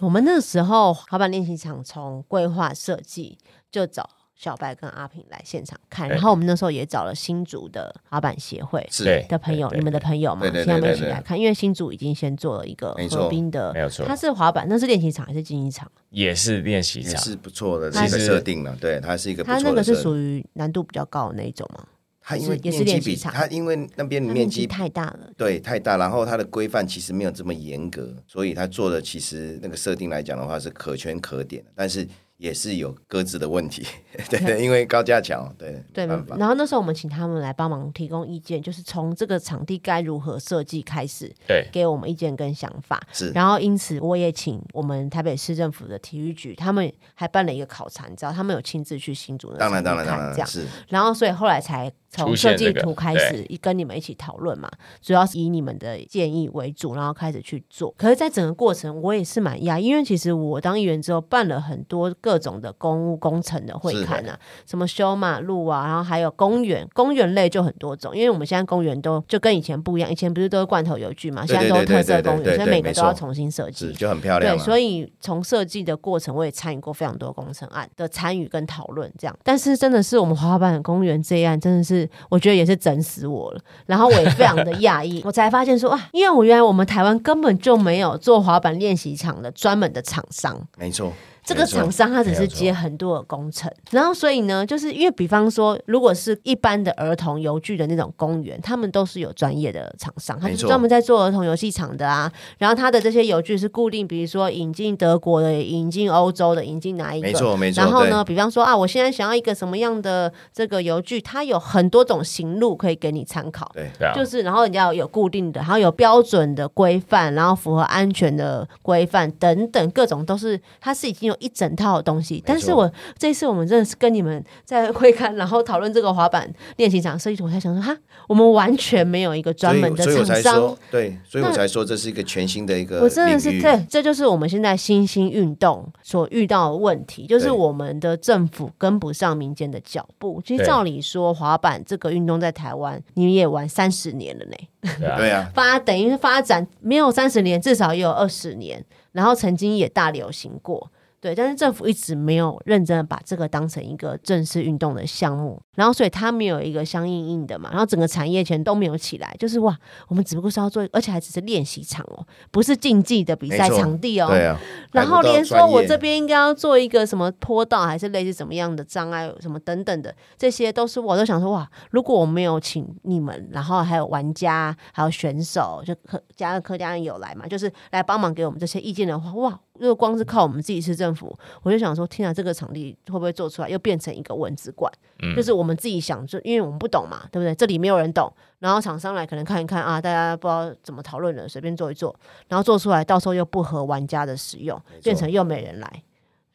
S1: 我们那时候滑板练习场从规划设计就找小白跟阿平来现场看，
S3: 对
S1: 然后我们那时候也找了新竹的滑板协会
S2: 是
S3: 对
S1: 的朋友，
S3: 对
S1: 你们的朋友嘛，
S2: 对对对
S1: 请他们一起
S2: 对对
S1: 来看，因为新竹已经先做了一个
S2: 没错
S1: 合并的，
S3: 没有错
S1: 它是滑板，那是练习场还是竞技场？
S3: 也是练习
S2: 也
S3: 场，
S2: 是不错的
S1: 它
S2: 一个
S3: 是
S2: 设定了，对，它是一个不
S1: 它那
S2: 错的
S1: 个是
S2: 设定。
S1: 属于难度比较高的那一种嘛，
S2: 它因为
S1: 也是
S2: 面积
S1: 练习
S2: 比
S1: 场
S2: 它因为那边
S1: 它面
S2: 的嗯面积
S1: 太大了。
S2: 对太大，然后它的规范其实没有这么严格，所以它做的其实那个设定来讲的话是可圈可点的，但是也是有搁置的问题。对对，因为高架桥，对
S1: 对，
S2: 没办法。
S1: 然后那时候我们请他们来帮忙提供意见，就是从这个场地该如何设计开始，
S3: 对
S1: 给我们意见跟想法。
S2: 是
S1: 然后因此我也请我们台北市政府的体育局，他们还办了一个考察，你知道，他们有亲自去新竹的
S2: 当然，
S1: 场地
S2: 当然，当
S1: 看
S2: 然
S1: 这样。
S2: 是
S1: 然后所以后来才从
S3: 出
S1: 设
S3: 现
S1: 计
S3: 这个
S1: 图开始跟你们一起讨论嘛，主要是以你们的建议为主，然后开始去做。可是，在整个过程，我也是蛮讶异，因为其实我当议员之后办了很多各种的公务工程的会刊啊，什么修马路啊，然后还有公园，公园类就很多种，因为我们现在公园都就跟以前不一样，以前不是都是罐头油锯嘛，现在
S2: 对对
S1: 都是特色
S2: 对对对
S1: 公园，
S2: 对
S1: 所以
S2: 对
S1: 每个
S2: 没
S1: 都要
S2: 错
S1: 重新设计
S2: 是，。就很漂亮啊
S1: 对，
S2: 了。
S1: 所以从设计的过程，我也参与过非常多工程案的参与跟讨论，这样。但是真的是我们滑板公园这一案，真的是我觉得也是整死我了。然后我也非常的讶 异，我才发现说啊，因为我原来我们台湾根本就没有做滑板练习场的专门的厂商。
S2: 没错，
S1: 这个
S2: 没错
S1: 厂商他只
S3: 没
S1: 是
S3: 有错
S1: 接很多的工程，然后所以呢，就是因为比方说，如果是一般的儿童游具的那种公园，他们都是有专业的厂商，他们
S2: 没
S1: 是
S2: 错
S1: 专门在做儿童游戏场的啊。然后他的这些游具是固定，比如说引进德国的、引进欧洲的、引进哪一个，
S2: 没错，没错。
S1: 然后
S2: 对
S1: 呢，比方说啊，我现在想要一个什么样的这个游具，它有很多种行路可以给你参考。
S2: 对，
S3: 对啊，
S1: 就是，然后你要有固定的，然后有标准的规范，然后符合安全的规范等等，各种都是，它是已经有一整套的东西。但是我这次我们真的是跟你们在会看，然后讨论这个滑板练习场设计图，我才想说哈，我们完全没有一个专门的
S2: 所以所以我
S1: 厂
S2: 才
S1: 商
S2: 说。，对，所以我
S1: 那
S2: 才说这是一个全新的一个
S1: 我真的是
S2: 领域
S1: 对，这就是我们现在新兴运动所遇到的问题，就是
S2: 对
S1: 我们的政府跟不上民间的脚步。其实
S3: 对
S1: 照理说，滑板这个运动在台湾你也玩三十年了呢，
S3: 对啊，
S2: 对啊，
S1: 发等于是发展没有三十年，至少也有二十年，然后曾经也大流行过。对，但是政府一直没有认真的把这个当成一个正式运动的项目，然后所以它没有一个相应应的嘛，然后整个产业圈都没有起来，就是哇，我们只不过是要做，而且还只是练习场哦，不是竞技的比赛
S2: 没错
S1: 场地哦，
S2: 对啊。
S1: 然后
S2: 还不到
S1: 连说
S2: 专业
S1: 我这边应该要做一个什么坡道，还是类似什么样的障碍，什么等等的，这些都是我都想说哇，如果我没有请你们，然后还有玩家，还有选手，就客加上客家人有来嘛，就是来帮忙给我们这些意见的话，哇，如果光是靠我们自己市政府，我就想说，天啊，这个场地会不会做出来又变成一个文字馆？就是我们自己想，就因为我们不懂嘛，对不对？这里没有人懂，然后厂商来可能看一看啊，大家不知道怎么讨论的，随便做一做，然后做出来到时候又不合玩家的使用，变成又没人来。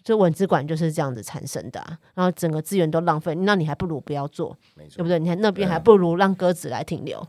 S1: 这文资馆就是这样子产生的、啊，然后整个资源都浪费，那你还不如不要做，对不对？你啊看那边还不如让鸽子来停留，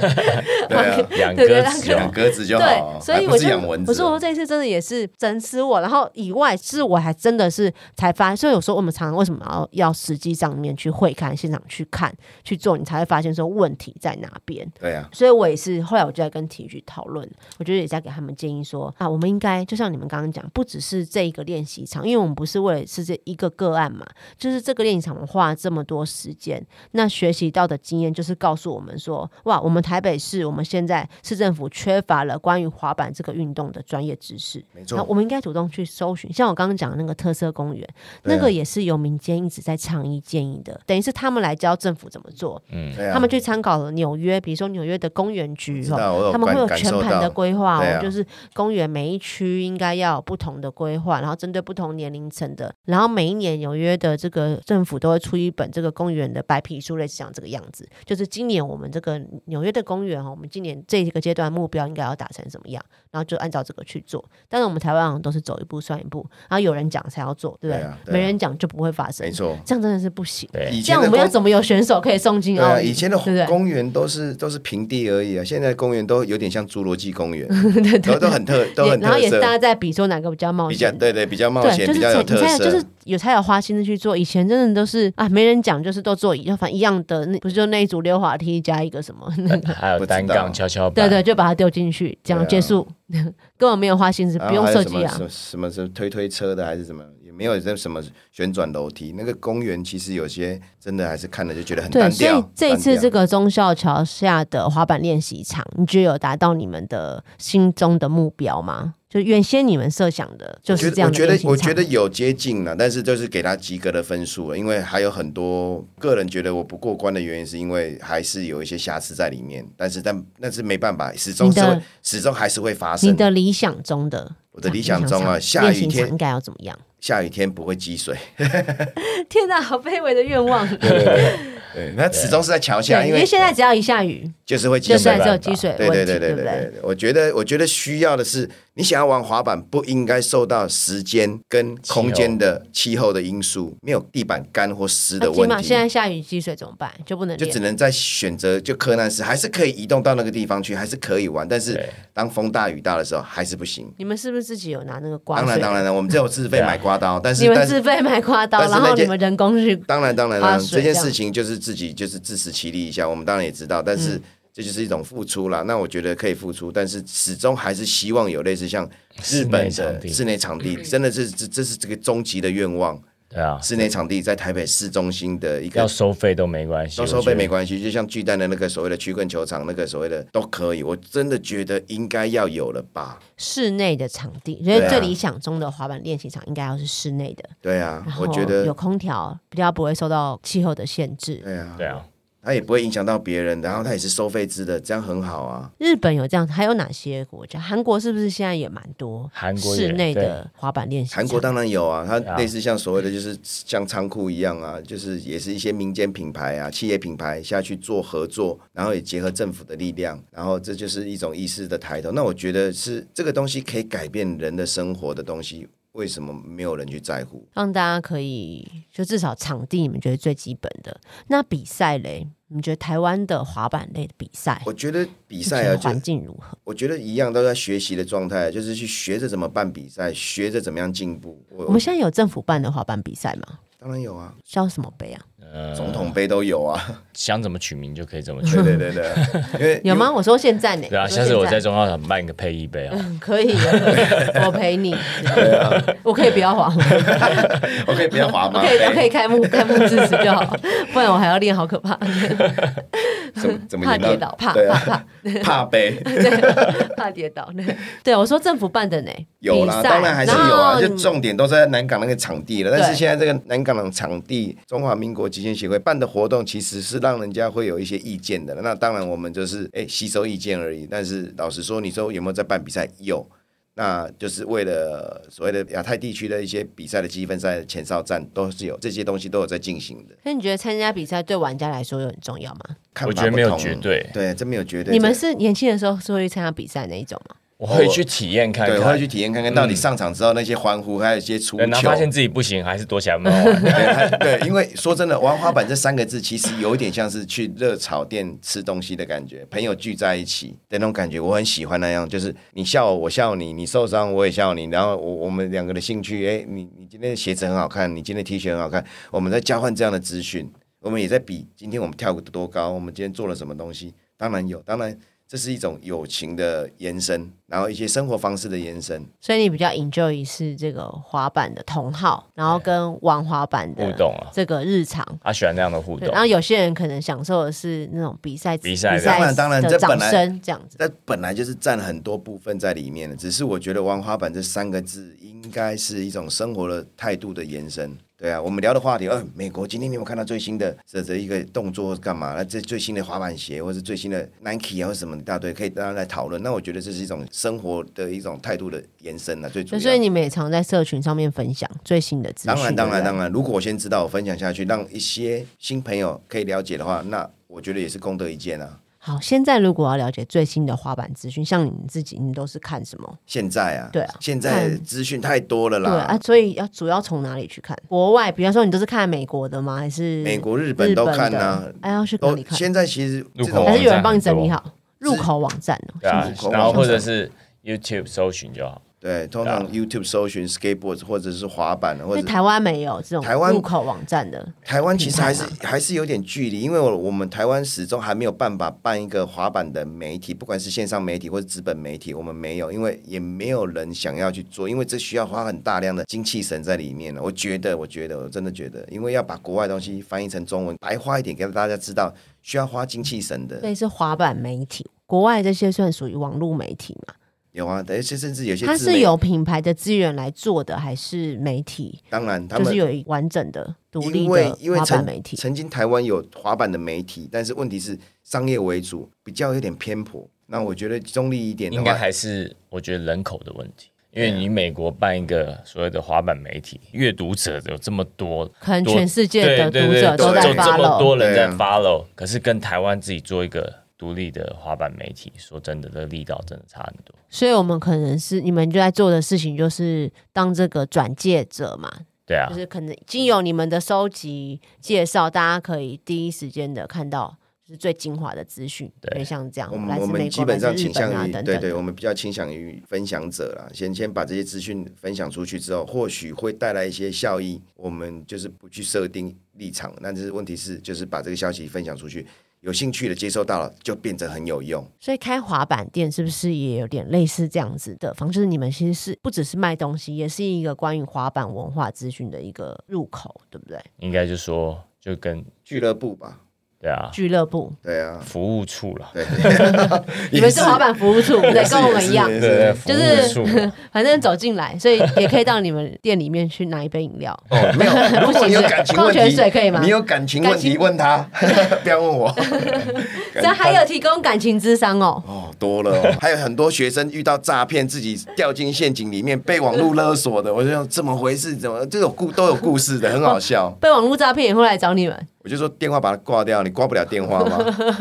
S2: 对啊，
S3: 养
S1: 对对
S3: 鸽
S1: 让
S3: 子
S2: 养
S3: 哦，
S2: 鸽子就好，
S1: 对，所以
S2: 还
S1: 我
S2: 不是
S1: 就
S2: 养蚊子
S1: 我说我这一次真的也是整死我，然后以外是我还真的是才发，所以有时候我们常常为什么要要实际上面去会看、现场去看、去做，你才会发现说问题在哪边。
S2: 对啊，
S1: 所以我也是后来我就在跟体育局讨论，我觉得也在给他们建议说啊，我们应该就像你们刚刚讲，不只是这一个练习场，因为我们不是为了是这一个个案嘛，就是这个练习场我们花了这么多时间，那学习到的经验就是告诉我们说，哇，我们台北市我们现在市政府缺乏了关于滑板这个运动的专业知识，
S2: 没
S1: 那
S2: 错，
S1: 我们应该主动去搜寻，像我刚刚讲的那个特色公园，
S2: 对啊
S1: 那个也是由民间一直在倡议建议的，等于是他们来教政府怎么做，
S2: 对啊
S1: 他们去参考了纽约，比如说纽约的公园局
S2: 知
S1: 哦，
S2: 道我有
S1: 他们会
S2: 感
S1: 有
S2: 感
S1: 全
S2: 受
S1: 盘的
S2: 到，
S1: 规划
S2: 对
S1: 哦，
S2: 啊
S1: 就是公园每一区应该要有不同的规划，然后针对不同年龄层的，然后每一年纽约的这个政府都会出一本这个公园的白皮书，类似像这个样子。就是今年我们这个纽约的公园哦，们今年这个阶段目标应该要达成怎么样，然后就按照这个去做。但是我们台湾好像都是走一步算一步，然后有人讲才要做，对不对？
S2: 对啊对啊啊
S1: 没人讲就不会发生
S2: 没，错。
S1: 这样真的是不行。
S3: 对
S2: 以
S1: 这
S2: 前
S1: 样
S2: 的
S1: 我们要
S2: 公
S1: 怎么有选手可以送进
S2: 对
S1: 奥
S2: 啊，
S1: 运？
S2: 以前的
S1: 对不对？
S2: 公园都是都是平地而已啊，现在公园都有点像侏罗纪公园，然后都很特都
S1: 也
S2: 很
S1: 然后
S2: 特
S1: 也是大
S2: 色，
S1: 家在比说哪个比较冒
S2: 比较
S1: 险。
S2: 对对比较冒
S1: 对，
S2: 险，
S1: 就是
S2: 比较
S1: 才
S2: 有
S1: 你
S2: 特
S1: 才有
S2: 色，
S1: 就是有才有花心思去做。以前真的都是啊，没人讲，就是都做一反正一样的，那不是就那一组溜滑梯加一个什么，
S3: 还有
S2: 不知
S3: 单
S2: 道
S3: 杠、跷跷
S1: 对
S3: 板，
S1: 对，就把它丢进去，这样
S2: 哎对啊
S1: 结束， 根本没有花心思，
S2: 然
S1: 不
S2: 后
S1: 用
S2: 还有
S1: 设
S2: 什
S1: 计
S2: 么
S1: 啊
S2: 什。么什么是推推车的还是什么，也没有这什么旋转楼梯。那个公园其实有些真的还是看了就觉得很
S1: 对，
S2: 单
S1: 所
S2: 调。
S1: 以这一
S2: 单
S1: 次
S2: 调
S1: 这个中校桥下的滑板练习场，你觉得有达到你们的心中的目标吗？就原先你们设想的就
S2: 我觉
S1: 是
S2: 得
S1: 这样
S2: 我
S1: 的
S2: 觉
S1: 练
S2: 得
S1: 习场
S2: 我觉得有接近了，但是就是给他及格的分数了，因为还有很多个人觉得我不过关的原因，是因为还是有一些瑕疵在里面。但是但那是没办法，始
S1: 你
S2: 终是
S1: 的
S2: 会始终还是会发
S1: 你
S2: 生。
S1: 的理想中的
S2: 我的理想中啊
S1: 练习
S2: 下
S1: 场
S2: 雨
S1: 练习
S2: 天
S1: 场应该要怎么样？
S2: 下雨天不会积水，
S1: 天哪，好卑微的愿望。
S2: 对，那始终是在桥下，
S1: 对，
S2: 因
S1: 因
S2: 为
S1: 为现在只要一下雨，
S2: 就是会积
S1: 就
S2: 水。
S1: 是只
S3: 没办法
S1: 有积水问题，
S2: 对对对
S1: 对
S2: 对
S1: 不
S2: 对
S1: 对？
S2: 对，我觉得我觉得需要的是，你想要玩滑板，不应该受到时间跟空间的气候的因素，没有地板干或湿的
S1: 那啊起
S2: 问
S1: 码
S2: 题。
S1: 现在下雨积水怎么办？就不能
S2: 就只
S1: 练。
S2: 能在选择就柯南时，还是可以移动到那个地方去，还是可以玩。但是
S3: 对
S2: 当风大雨大的时候，还是不行。
S1: 你们是不是自己有拿那个刮
S2: 当
S1: 水？
S2: 然，当然了，我们只有自费
S3: 对啊
S2: 买刮刀，但
S1: 你
S2: 是
S1: 们
S2: 但是
S1: 自费买刮刀，
S2: 但是
S1: 然后
S2: 那
S1: 你
S2: 件
S1: 们人工去。
S2: 当然当然
S1: 花
S2: 了，
S1: 水
S2: 这
S1: 这样
S2: 件事情就是自己就是自食其力一下，我们当然也知道，但是这就是一种付出啦。那我觉得可以付出，但是始终还是希望有类似像日本
S3: 室内场
S2: 的
S3: 地
S2: 室内场地，真的是这这是这个终极的愿望。
S3: 对啊，
S2: 室内场地在台北市中心的一个
S3: 要收费都没关系，
S2: 到时候被没
S3: 关
S2: 关系，就像巨蛋的那个所谓的曲棍球场，那个所谓的都可以。我真的觉得应该要有了吧？
S1: 室内的场地，所以
S2: 对啊
S1: 最理想中的滑板练习场应该要是室内的，
S2: 对啊
S1: 然，后
S2: 我觉
S1: 有
S2: 得
S1: 空调，比较不会受到气候的限制。
S2: 对啊，
S3: 对啊，
S2: 它也不会影响到别人，然后它也是收费制的，这样很好啊。
S1: 日本有这样，还有哪些国家？韩国是不是现在也蛮多
S3: 韩国也
S1: 室内的滑板练习场？
S2: 韩国当然有啊，它
S3: 啊
S2: 类似像所谓的就是像仓库一样啊，就是也是一些民间品牌啊、企业品牌下去做合作，然后也结合政府的力量，然后这就是一种意识的抬头。那我觉得是这个东西可以改变人的生活的东西，为什么没有人去在乎？
S1: 让大家可以就至少场地，你们觉得最基本的。那比赛嘞，你们觉得台湾的滑板类的比赛，
S2: 我觉得比
S1: 比
S2: 赛啊，就
S1: 环境如何？
S2: 我觉得一样都在学习的状态，啊就是去学着怎么办比赛，学着怎么样进步。我
S1: 我们现在有政府办的滑板比赛吗？
S2: 当然有啊，
S1: 叫什么杯啊？
S2: 总统杯都有啊，
S3: 想怎么取名就可以怎么取
S2: 对。对对对， 因为
S1: 有吗？我说现在呢？
S3: 对啊，
S1: 说
S3: 下次我在
S1: 现
S3: 中药厂办一个配一杯啊，
S1: 嗯可以， 我陪你。
S2: 啊
S1: 我可以不要滑吗？
S2: 我可以不要滑
S1: 我
S2: 吗？
S1: 可以，我可以开幕开幕致辞就好，不然我还要练，好可怕，
S2: 怎么怎么
S1: 怕
S2: 演到
S1: 跌倒，怕
S2: 对
S1: 怕
S2: 啊，
S1: 怕
S2: 怕杯
S1: 怕跌倒。对，我说政府办的呢，
S2: 有啦，
S1: 比赛
S2: 当然还是有
S1: 然后
S2: 啊，就
S1: 你
S2: 重点都是在南港那个场地了。但
S1: 对
S2: 是现在这个南港的场地，中华民国极限协会办的活动，其实是让人家会有一些意见的。那当然我们就是哎吸收意见而已。但是老实说，你说有没有在办比赛？有。那就是为了所谓的亚太地区的一些比赛的积分赛、前哨战都是有这些东西都有在进行的，
S1: 那你觉得参加比赛对玩家来说有很重要吗？
S2: 看
S3: 我
S2: 法
S3: 觉得
S2: 不
S3: 没有
S2: 同
S3: 绝对
S2: 对，这没有绝对。
S1: 你们
S2: 这
S1: 是年轻的时候是会去参加比赛那一种吗？
S3: 我会去体验看
S2: 哦对，我
S3: 看
S2: 会去，体验看看到底上场之后那些欢呼，还有一些出
S3: 对然后
S2: 球
S3: 发，现自己不行，还是躲起来慢慢玩。
S2: 对还 对，因为说真的，玩滑板这三个字其实有一点像是去热炒店吃东西的感觉，朋友聚在一起的那种感觉，我很喜欢那样，就是你笑我，我笑你，你受伤我也笑你，然后我我们两个的兴趣，哎，你你今天的鞋子很好看，你今天的 T 恤很好看，我们在交换这样的资讯，我们也在比今天我们跳得多高，我们今天做了什么东西，当然有，当然。这是一种友情的延伸，然后一些生活方式的延伸。
S1: 所以你比较 enjoy 是这个滑板的同好，然后跟玩滑板的
S3: 互动啊
S1: 这个日常。
S3: 他喜欢那样的互
S1: 对
S3: 动
S1: 然，后有些人可能享受的是那种比赛
S3: 比赛的
S2: 当然当然
S1: 的
S2: 这
S1: 掌
S2: 本来
S1: 声这样子。
S2: 那本来就是占很多部分在里面的，只是我觉得“玩滑板”这三个字应该是一种生活的态度的延伸。对啊，我们聊的话题，呃，美国今天你有没有看到最新的这这一个动作干嘛？那这最新的滑板鞋，或是最新的 Nike 啊，或什么一大堆，可以大家来讨论。那我觉得这是一种生活的一种态度的延伸了、最主
S1: 就
S2: 要。
S1: 所以你们也常在社群上面分享最新的资讯。
S2: 当然，当然，
S1: 然。
S2: 当然，如果我先知道，我分享下去，让一些新朋友可以了解的话，那我觉得也是功德一件啊。
S1: 好，现在如果要了解最新的滑板资讯，像你们自己，你们都是看什么？
S2: 现在啊，
S1: 对啊
S2: 现在资讯太多了
S1: 对啊
S2: 啦，，
S1: 所以要主要从哪里去看？国外，比方说你都是看美国的吗？还是
S2: 美国、日本都看
S1: 呢、
S2: 呐、
S1: 哎，要去哪
S2: 都
S1: 里看？
S2: 哦现在其实这
S3: 入口
S2: 种
S1: 还是有人
S3: 网站
S1: 帮你整理
S3: 很多
S1: 好入口网站哦、
S3: 对啊
S1: 是不是
S2: 口，
S3: 然后
S2: 网
S3: 或者
S2: 站
S3: 是 YouTube 搜寻就好。
S2: 对，通
S3: 啊
S2: 常 YouTube 搜寻 skateboard 或者是滑板，啊
S1: 因
S2: 或
S1: 为
S2: 者
S1: 台湾没有这种
S2: 台湾
S1: 入口网站的，
S2: 台湾其实还是
S1: 品
S2: 还是有点距离，因为我我们台湾始终还没有办法办一个滑板的媒体，不管是线上媒体或是资本媒体，我们没有，因为也没有人想要去做，因为这需要花很大量的精气神在里面了。我觉得，我觉得，我真的觉得，因为要把国外东西翻译成中文，白话一点给大家知道，需要花精气神的。
S1: 所以是滑板媒体。国外这些算属于网络媒体嘛？
S2: 有啊，而且甚至有些
S1: 它
S2: 自媒
S1: 是有品牌的资源来做的，还是媒体？
S2: 当然他
S1: 就
S2: 们
S1: 是有一完整的独立
S2: 因为
S1: 的
S2: 因为
S1: 滑板
S2: 曾
S1: 媒体。
S2: 曾经台湾有滑板的媒体，但是问题是商业为主，比较有点偏颇。那我觉得中立一点的
S3: 应该
S2: 话，啊
S3: 还是我觉得人口的问题，因为你美国办一个所谓的滑板媒体，阅读者有这么多，
S1: 可能
S3: 多
S1: 全世界的
S3: 对对
S1: 读
S3: 对
S1: 者都
S3: 就
S1: 在
S3: 就这么
S1: follow，
S3: 多人在
S2: 对啊
S3: follow，可是跟台湾自己做一个独立的滑板媒体，说真的，这个力道真的差很多。
S1: 所以我们可能是你们就在做的事情，就是当这个转介者嘛，
S3: 对啊
S1: 就，是可能经由你们的收集介绍，大家可以第一时间的看到就是最精华的资讯，
S3: 对
S1: 因为像这样
S2: 我们
S1: 来
S2: 我
S1: 自
S2: 们
S1: 美
S2: 基
S1: 国、
S2: 本
S1: 来
S2: 上
S1: 自日
S2: 倾
S1: 本啊
S2: 向于，
S1: 等
S2: 对
S1: 等
S2: 对，
S1: 的。
S2: 我们比较倾向于分享者啦。先先把这些资讯分享出去之后，或许会带来一些效益。我们就是不去设定立场，但是问题是，就是把这个消息分享出去，有兴趣的接收到了，就变成很有用。
S1: 所以开滑板店是不是也有点类似这样子的方式？就是你们其实是不只是卖东西，也是一个关于滑板文化资讯的一个入口，对不对？
S3: 应该就说就跟
S2: 俱乐部吧，
S3: 对啊
S1: 俱乐部，
S2: 对啊，
S3: 服务处了，
S2: 对，
S1: 你们是滑板服务处，对，跟我们一样。
S2: 也
S3: 对
S2: 是
S3: 对，
S1: 就
S3: 服务 处。
S1: 反正走进来，所以也可以到你们店里面去拿一杯饮 料。
S2: 哦， 没有。如果你有感情问
S1: 矿泉
S2: 题，
S1: 水可以吗
S2: 你有感情问
S1: 感
S2: 题
S1: 情
S2: 问他， 不要问我。
S1: 这还有提供感情智商哦。
S2: 哦，多了、哦，还有很多学生遇到诈骗，自己掉进陷阱里面，被网络勒索的。我就想怎么回事？怎么这种故都有故事的，很好 笑。
S1: 被网络诈骗也会来找你们，
S2: 我就说电话把它挂掉，你挂不了电话 吗？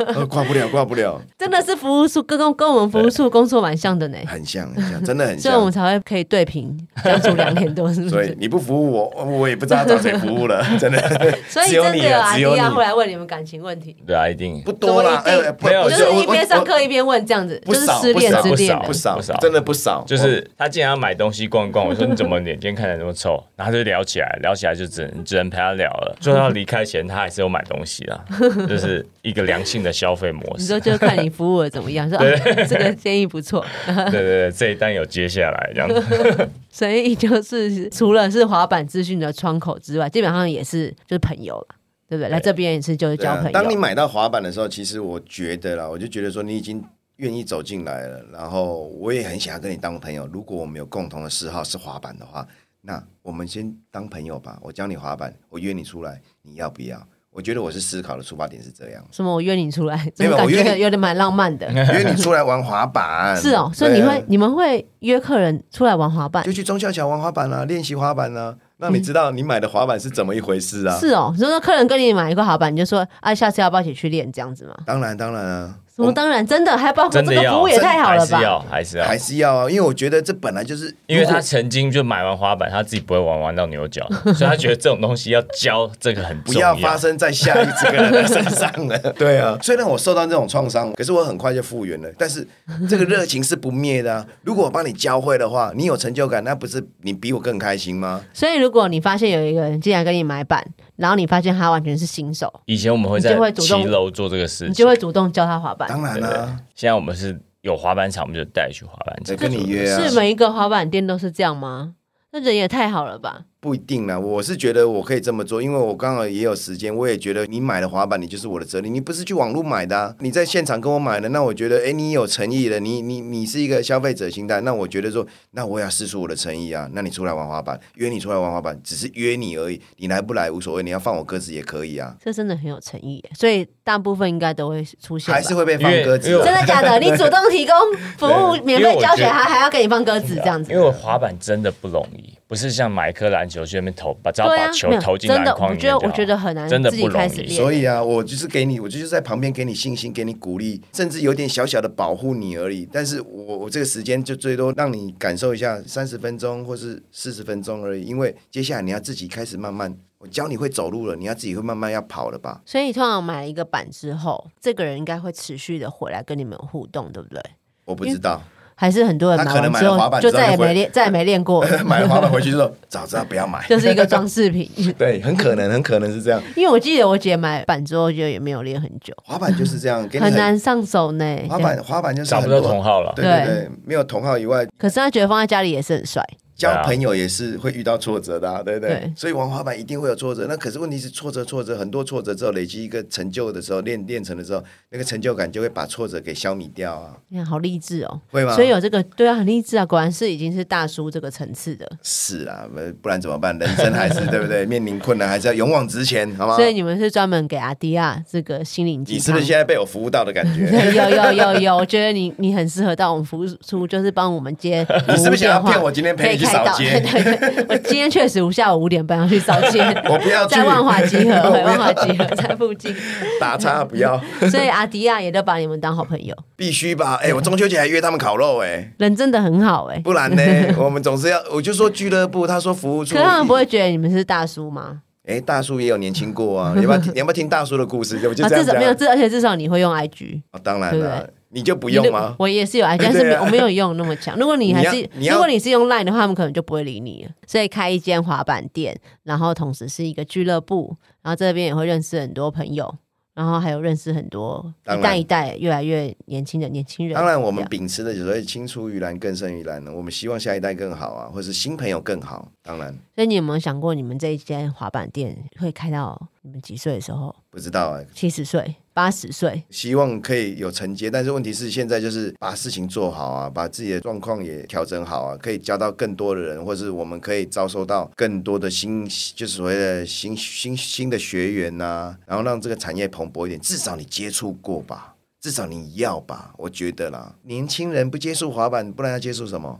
S2: 呃挂不了，挂不了，
S1: 真的是服务处跟跟跟我们服务处工作蛮像的呢，
S2: 很像，很像，真的很
S1: 所以我们
S2: 像。
S1: 才会可以对平相处两年多，是不
S2: 所以
S1: 是？
S2: 你不服务我，我也不知道找谁服务了，真的。
S1: 所以
S2: 只有
S1: 真的
S2: 你
S1: 有
S2: 啊，
S1: 阿
S2: 只
S1: 迪
S2: 有你
S1: 亚会来问你们感情问题，
S3: 对啊，一定
S2: 不多啦，
S1: 怎么一定
S2: 哎，不
S3: 没
S1: 就
S3: 有
S2: 不
S1: 是一
S2: 我
S1: 边上
S2: 我
S1: 课一边问这样子，
S2: 不
S1: 就是
S2: 少
S1: 失恋
S2: 不少
S1: 之恋啊
S3: 不
S1: 的
S2: 不。少
S3: 不少，
S2: 真的不少，
S3: 就是他竟然要买东西逛一逛，我说你怎么脸今天看起来那么臭？然后他就聊起来，聊起来就只 能只能陪他聊了。最后要离开前，他还是有买东西 啊，就是一个良性的消费模
S1: 你
S3: 式
S1: 说。就看你服务的怎么 样，说、啊、这个建议不错，
S3: 对对对，这一单有接下来这 样子。
S1: 所以就是 除了是滑板资讯的窗口之外，基本上也是就是朋友了，对不对？来这边也是就是
S2: 对
S1: 交朋友。
S2: 啊。当你买到滑板的时候，其实我觉得啦，我就觉得说你已经愿意走进来了，然后我也很想要跟你当朋友。如果我们有共同的嗜好是滑板的话，那我们先当朋友吧。我教你滑板，我约你出来，你要不要？我觉得我是思考的出发点是这
S1: ，
S2: 样
S1: 什么？我约你出来，怎
S2: 没有
S1: 么感
S2: 我约
S1: 觉
S2: 你
S1: 有点蛮浪漫的？
S2: 约你出来玩滑板。
S1: 是哦，所以你
S2: 对啊
S1: 会、你们会约客人出来玩滑板
S2: 就？去中校桥玩滑板啦、练习滑板啦、啊让你知道你买的滑板是怎么一回事啊。
S1: 是哦，所以说客人跟你买一个滑板，你就说啊，下次要不要一起去练这样子嘛？
S2: 当然，当然啊，
S1: 什么当然真的，还包括
S3: 真
S1: 这
S3: 的
S1: 个
S3: 要，
S1: 服务也太好了
S3: 还是要，
S1: 吧？
S3: 还是
S2: 我
S3: 要
S2: 还，是要啊，因为我觉得这本来就是，
S3: 因为他曾经就买完滑板，他自己不会玩，玩到 牛角，所以他觉得这种东西要教，这个很
S2: 不
S3: 重
S2: 要发生在下一这个人的身上了。 对啊，虽然我受到这种创伤，可是我很快就复原了。但是这个热情是不灭的啊！如果我帮你教会的话，你有成就感，那不是你比我更开心吗？
S1: 所以如果你发现有一个人进来跟你买板，然后你发现他完全是新手，
S3: 以前我们会在
S1: 你就会主动
S3: 骑楼做这个事
S1: 你
S3: 情
S1: 就，会主动教他滑板。
S2: 当然啦、啊，
S3: 现在我们是有滑板场，我们就带去滑板
S2: 再
S3: 场。
S2: 跟你约啊
S1: 是，每一个滑板店都是这样吗？那人也太好了吧？
S2: 不一定啦。我是觉得我可以这么做，因为我刚好也有时间，我也觉得你买的滑板，你就是我的责任。你不是去网络买的、啊，你在现场跟我买的，那我觉得，哎，你有诚意了，你你你是一个消费者心态，那我觉得说，那我也要试出我的诚意啊。那你出来玩滑板，约你出来玩滑板，只是约你而已，你来不来无所谓，你要放我鸽子也可以啊，
S1: 这真的很有诚意耶，所以大部分应该都会出现吧。
S2: 还是会被放鸽子啊
S3: 因为因
S1: 真
S3: 为
S2: 的。
S1: 的 假的？你主动提供服务，免
S3: 因为
S1: 费
S3: 我
S1: 教学，
S3: 觉得
S1: 还还要给你放鸽子这样子
S3: 因？为我滑板真的不容易，不是像买一颗篮球去那边投，把只要
S1: 对
S3: 把
S1: 啊，
S3: 球
S1: 没有
S3: 投进
S1: 真
S3: 篮
S1: 的，
S3: 筐
S1: 我
S3: 里
S1: 觉得
S3: 面就好
S1: 我觉得很难
S3: 真的
S1: 自己
S3: 不容
S1: 开始
S3: 易。
S1: 练。
S2: 所以啊，我就是给你，我就是在旁边给你信心，给你鼓励，甚至有点小小的保护你而已。但是我我这个时间就最多让你感受一下三十分钟或是四十分钟而已，因为接下来你要自己开始慢慢，我教你会走路了，你要自己会慢慢要跑了吧？
S1: 所以你通常买了一个板之后，这个人应该会持续的回来跟你们互动，对不对？
S2: 我不知道，
S1: 还是很多人
S2: 他
S1: 买
S2: 可能
S1: 完之
S2: 买了滑
S1: 后
S2: 板
S1: 就
S2: 之后
S1: 再也
S2: 就会
S1: 没练，再也没练过，
S2: 买了滑板回去之后，早知道不要买。
S1: 就是一个装饰品。
S2: 对，很可能，很可能是这样。
S1: 因为我记得我姐买板之后，就也没有练很久，
S2: 滑板就是这样，给你
S1: 很难上手呢。
S2: 滑板，滑板就是
S3: 找
S2: 很
S3: 不到
S2: 多
S3: 同号了。
S2: 对对对，没有同号以外，
S1: 可是她觉得放在家里也是很帅。
S2: 交朋友也是会遇到挫折的、啊，对不对？
S1: 啊对
S2: 所以玩滑板一定会有挫折。那可是问题是，挫折挫折很多挫折之后，累积一个成就的时候，练练成的时候，那个成就感就会把挫折给消弭掉啊，
S1: 你看，好励志哦！
S2: 会吗？
S1: 所以有这个，对啊，很励志啊，果然是已经是大叔这个层次的。
S2: 是啊，不不然怎么办？人生还 是对不对？面临困难还是要勇往直前，好吗
S1: 所？以你们是专门给阿迪亚这个心灵鸡
S2: 你
S1: 汤。
S2: 是不是现在被我服务到的感觉？
S1: 有有有有，我觉得你你很适合到我们服务处，就是帮我们接服务电话。
S2: 你是不是想要骗我今天陪你去扫街
S1: 可以开到 对对对，我今天确实下午五点半要去扫街，
S2: 我不要去
S1: 在万华集 合，
S2: 我不要
S1: 万华集合在附近，
S2: 打岔不要，
S1: 所以阿迪亚也都把你们当好朋友，
S2: 必须吧？哎、我中秋节还约他们烤肉、哎，
S1: 人真的很好哎、
S2: 不然 呢？我们总是要，我就说俱乐部，他说服务处，
S1: 可是他们不会觉得你们是大叔吗？
S2: 哎，大叔也有年轻过啊，你要不要听？你要不要听大叔的故事？我就
S1: 啊，至
S2: 这样
S1: 少
S2: 讲。
S1: 没有，至而且至少你会用 IG，
S2: 哦当然
S1: 对不
S2: 了，你就不用吗？
S1: 我也是有 IG，
S2: 对啊
S1: 但是没有我没有用那么强。如果你还是
S2: 你要你要
S1: 如果你是用 Line 的话，他们可能就不会理你了。所以开一间滑板店，然后同时是一个俱乐部，然后这边也会认识很多朋友，然后还有认识很多
S2: 当然
S1: 一代一代越来越年轻的啊年轻人。
S2: 当然，我们
S1: 这样
S2: 秉持的所谓“青出于蓝，更胜于蓝”呢，我们希望下一代更好啊，或是新朋友更好。当然，
S1: 所以你有没有想过，你们这一间滑板店会开到你们几岁的时候？
S2: 不知道啊，
S1: 七十岁、八十岁？
S2: 希望可以有承接，但是问题是现在就是把事情做好啊，把自己的状况也调整好啊，可以交到更多的人，或是我们可以招收到更多的新，就是所谓的新新新的学员呐、然后让这个产业蓬勃一点，至少你接触过吧。至少你要吧，我觉得啦，年轻人不接触滑板，不然要接触什么？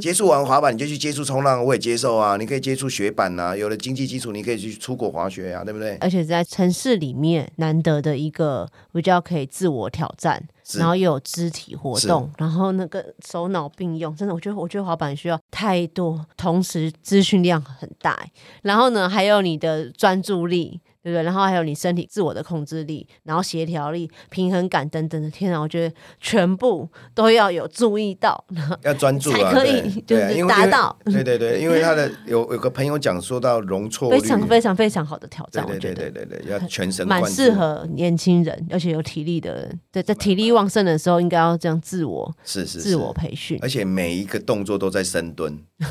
S2: 接触完滑板你就去接触冲浪，我也接受啊。你可以接触雪板呐、有了经济基础，你可以去出国滑雪啊，对不对？
S1: 而且在城市里面难得的一个比较可以自我挑战，
S2: 是
S1: 然后又有肢体活动，然后那个手脑并用，真的，我觉得我觉得滑板需要太多，同时资讯量很大欸，然后呢，还有你的专注力。对不对？然后还有你身体自我的控制力，然后协调力、平衡感等等的。天啊，我觉得全部都要有注意 到。
S2: 要专注啊，
S1: 才可以
S2: 对对啊
S1: 就是
S2: 因为
S1: 达到
S2: 因为 对对对，因为他的有有个朋友讲说到容错率，
S1: 非常非常非常好的挑
S2: 对
S1: 战，我
S2: 对
S1: 觉
S2: 对
S1: 得
S2: 对对对，要全神贯
S1: 蛮
S2: 注，
S1: 适合年轻人，而且有体力的人。对，在体力旺盛的时候，应该要这样自我
S2: 是是哎
S1: 自
S2: 是，
S1: 我培训。
S2: 而且每一个动作都在 深蹲，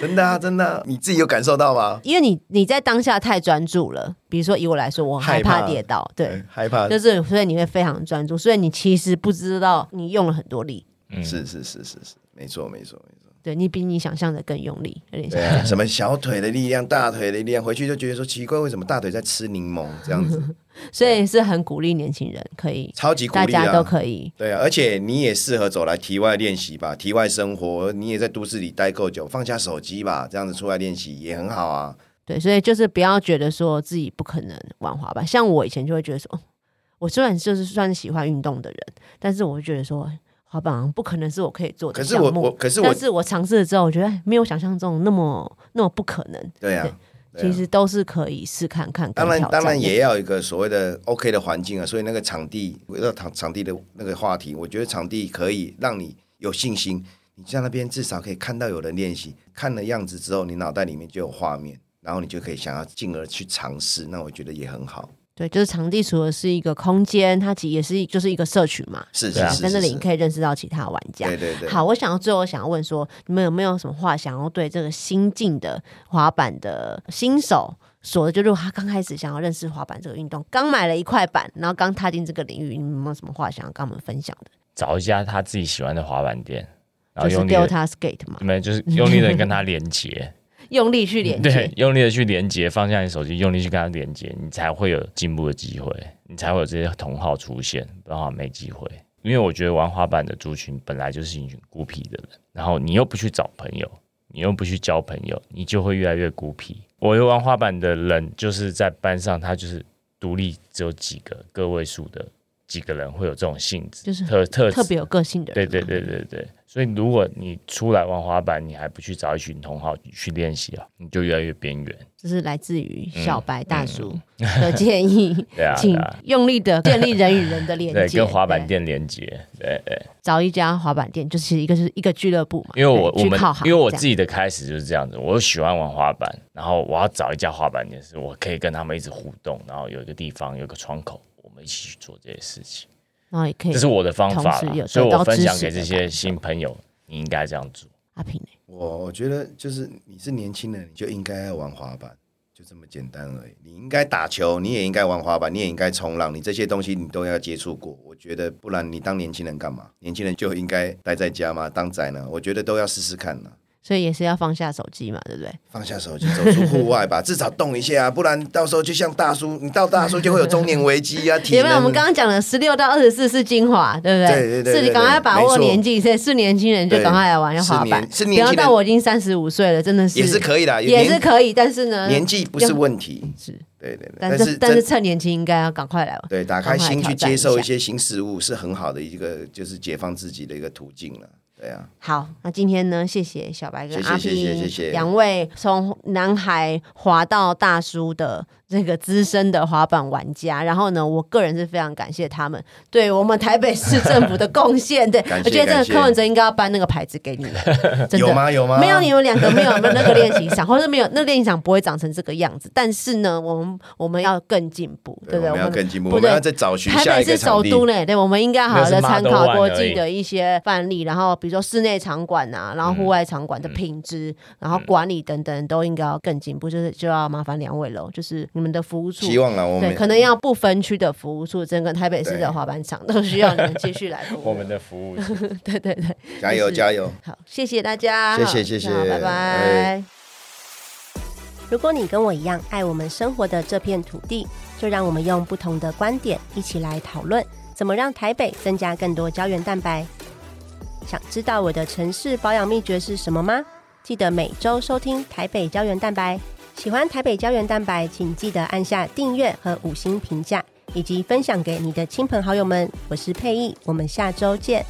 S2: 真的啊真的啊，你自己有感受到吗？
S1: 因为你你在当下太专注了，比如说以我来说，我很害
S2: 害
S1: 怕
S2: 怕哎
S1: 跌倒，对，，
S2: 害怕，
S1: 就是所以你会非常专注，所以你其实不知道你用了很多力，
S2: 是是是是是，没错没错没错。
S1: 对你比你想象的更用力，有点像
S2: 对 啊，什么小腿的力量、大腿的力量，回去就觉得说奇怪，为什么大腿在吃柠檬这样子？
S1: 所以是很鼓励年轻人可以，
S2: 超级鼓
S1: 大
S2: 励啊！
S1: 家都可以。
S2: 对啊，而且你也适合走来题外练习吧，题外生活，你也在都市里待够久，放下手机吧，这样子出来练习也很好啊。
S1: 对，所以就是不要觉得说自己不可能玩滑板。像我以前就会觉得说，哦我虽然就是算是喜欢运动的人，但是我会觉得说滑板好像不可能是我可以做的
S2: 可是
S1: 项目。
S2: 我我，可是我
S1: 但，是我尝试了之后，我觉得哎没有想象中那么那么不可能。
S2: 对啊，对啊
S1: 其实都是可以试看看，
S2: 当然
S1: 跟挑战
S2: 当然也要有一个所谓的 OK 的环境啊，所以那个场地，回到场场地的那个话题，我觉得场地可以让你有信心，你在那边至少可以看到有人练习，看了样子之后，你脑袋里面就有画面，然后你就可以想要进而去尝试，那我觉得也很好。
S1: 对，就是场地除了是一个空间，它其实也是就是一个社群嘛。
S2: 是是
S3: 对啊
S2: 是是
S1: 在那里
S2: 是
S1: 你可以认识到其他玩家
S2: 对。对对，
S1: 好，我想要最后想要问说，你们有没有什么话想要对这个新进的滑板的新手说的？就如果他刚开始想要认识滑板这个运动，刚买了一块板，然后刚踏进这个领域，你们有没有什么话想要跟我们分享的？
S3: 找一家他自己喜欢的滑板店，然后
S1: 就是
S3: 用力
S1: 丢
S3: 的，
S1: 他 skate 嘛，
S3: 没有就是用力的跟他连接，
S1: 用力去连
S3: 对
S1: 接，，
S3: 用力的去连接，放下你手机，用力去跟他连接，你才会有进步的机会，你才会有这些同好出现，不然的话没机会。因为我觉得玩滑板的族群本来就是一群孤僻的人，然后你又不去找朋友，你又不去交朋友，你就会越来越孤僻。我会玩滑板的人，就是在班上，他就是独立，只有几个个位数的几个人会有这种性质，
S1: 就是
S3: 特特
S1: 特
S3: 质
S1: 别有个性的
S3: 对
S1: 人，
S3: 对对对对，所以如果你出来玩滑板，你还不去找一群同好去练习啊，你就越来越边缘。
S1: 这是来自于小白大叔 的建议，
S3: 嗯对啊，对
S1: 请
S3: 啊
S1: 用力的建立人与人的连
S3: 对，
S1: 接，
S3: 跟滑板
S1: 对
S3: 店连接。对对，
S1: 找一家滑板店，就是一个是一个俱乐部嘛，
S3: 因为我
S1: 对
S3: 我
S1: 去
S3: 们
S1: 靠行
S3: 因为我
S1: 这样
S3: 自己的开始就是这样子，我又喜欢玩滑板，然后我要找一家滑板店，是我可以跟他们一直互动，然后有一个地方有一个窗口，我们一起去做这些事情，
S1: 然后也可以
S3: 这是我的方法
S1: 同时有
S3: 啦，所以
S1: 得到
S3: 我分享
S1: 知识
S3: 给
S1: 的
S3: 这
S1: 感
S3: 些
S1: 受
S3: 新朋友，你应该这样做。
S1: 阿平欸
S2: 我我觉得就是你是年轻人，你就应该要玩滑板，就这么简单而已。你应该打球，你也应该玩滑板，你也应该冲浪，你这些东西你都要接触过。我觉得不然你当年轻人干嘛？年轻人就应该待在家吗？当宅呢？我觉得都要试试看呢。
S1: 所以也是要放下手机嘛，对不对？
S2: 放下手机，走出户外吧，至少动一下啊，不然到时候就像大叔，你到大叔就会有中年危机啊，体
S1: 有
S2: 能。
S1: 没有？我们刚刚讲的十六到二十四是精华，对不对？
S2: 对对对对
S1: 是
S2: 对
S1: 赶快把握
S2: 没错
S1: 年纪，所以是年轻人就
S2: 对
S1: 赶快来玩
S2: 是
S1: 滑板
S2: 年，是
S1: 不
S2: 年
S1: 要
S2: 轻人
S1: 到我已经三十五岁了，真的是
S2: 也是可以的，
S1: 也是
S2: 年
S1: 可以，但是呢，
S2: 年纪不是问题，
S1: 是，
S2: 对对对，
S1: 但
S2: 是
S1: 是但是
S2: 真
S1: 趁年轻应该要赶快来玩。
S2: 对打开
S1: 赶快
S2: 心
S1: 挑
S2: 去
S1: 战
S2: 接受
S1: 一
S2: 一
S1: 下
S2: 些新事物是很好的一个就是解放自己的一个途径了，对啊，
S1: 好，那今天呢，谢谢小白跟
S2: 谢谢
S1: 阿
S2: 谢
S1: 平
S2: 谢谢谢
S1: 两位从男孩滑到大叔的这个资深的滑板玩家。然后呢，我个人是非常感谢他们对我们台北市政府的贡 献。对，
S2: 感
S1: 我
S2: 谢
S1: 觉得这个
S2: 感谢
S1: 柯文哲应该要颁那个牌子给你们， 真的
S2: 有吗有吗？
S1: 没有你们两个没有那个练习场，或者没有那个练习场不会长成这个样子。但是呢，我们我们要更进步，对
S2: 对，
S1: 不对？
S2: 我
S1: 我
S2: 们要
S1: 们
S2: 更进步，
S1: 不
S2: 我
S1: 对
S2: 们要再找寻
S1: 台
S2: 下
S1: 北
S2: 一个
S1: 是
S2: 场
S1: 首
S2: 地。
S1: 都呢，对，我们应该好好的参考国际的一些范例，然后比如说室内场馆啊，然后户外场
S2: 嗯
S1: 馆的品质，然后管理等等，都应该要更进步，就是就要麻烦两位喽，就是你们的服务处。
S2: 希望了，我
S1: 对，
S2: 们
S1: 可能要不分区的服务处，整个台北市的滑板场都需要你们继续来 服务。
S3: 我们的服务是
S1: 对对对，
S2: 加油
S1: 就是
S2: 加油。
S1: 好，谢谢大家，
S2: 谢谢谢谢
S1: 好拜拜。
S2: 哎
S4: 如果你跟我一样爱我们生活的这片土地，就让我们用不同的观点一起来讨论，怎么让台北增加更多胶原蛋白。想知道我的城市保养秘诀是什么吗？记得每周收听《台北胶原蛋白》。喜欢《台北胶原蛋白》，请记得按下订阅和五星评价，以及分享给你的亲朋好友们。我是佩意，我们下周见。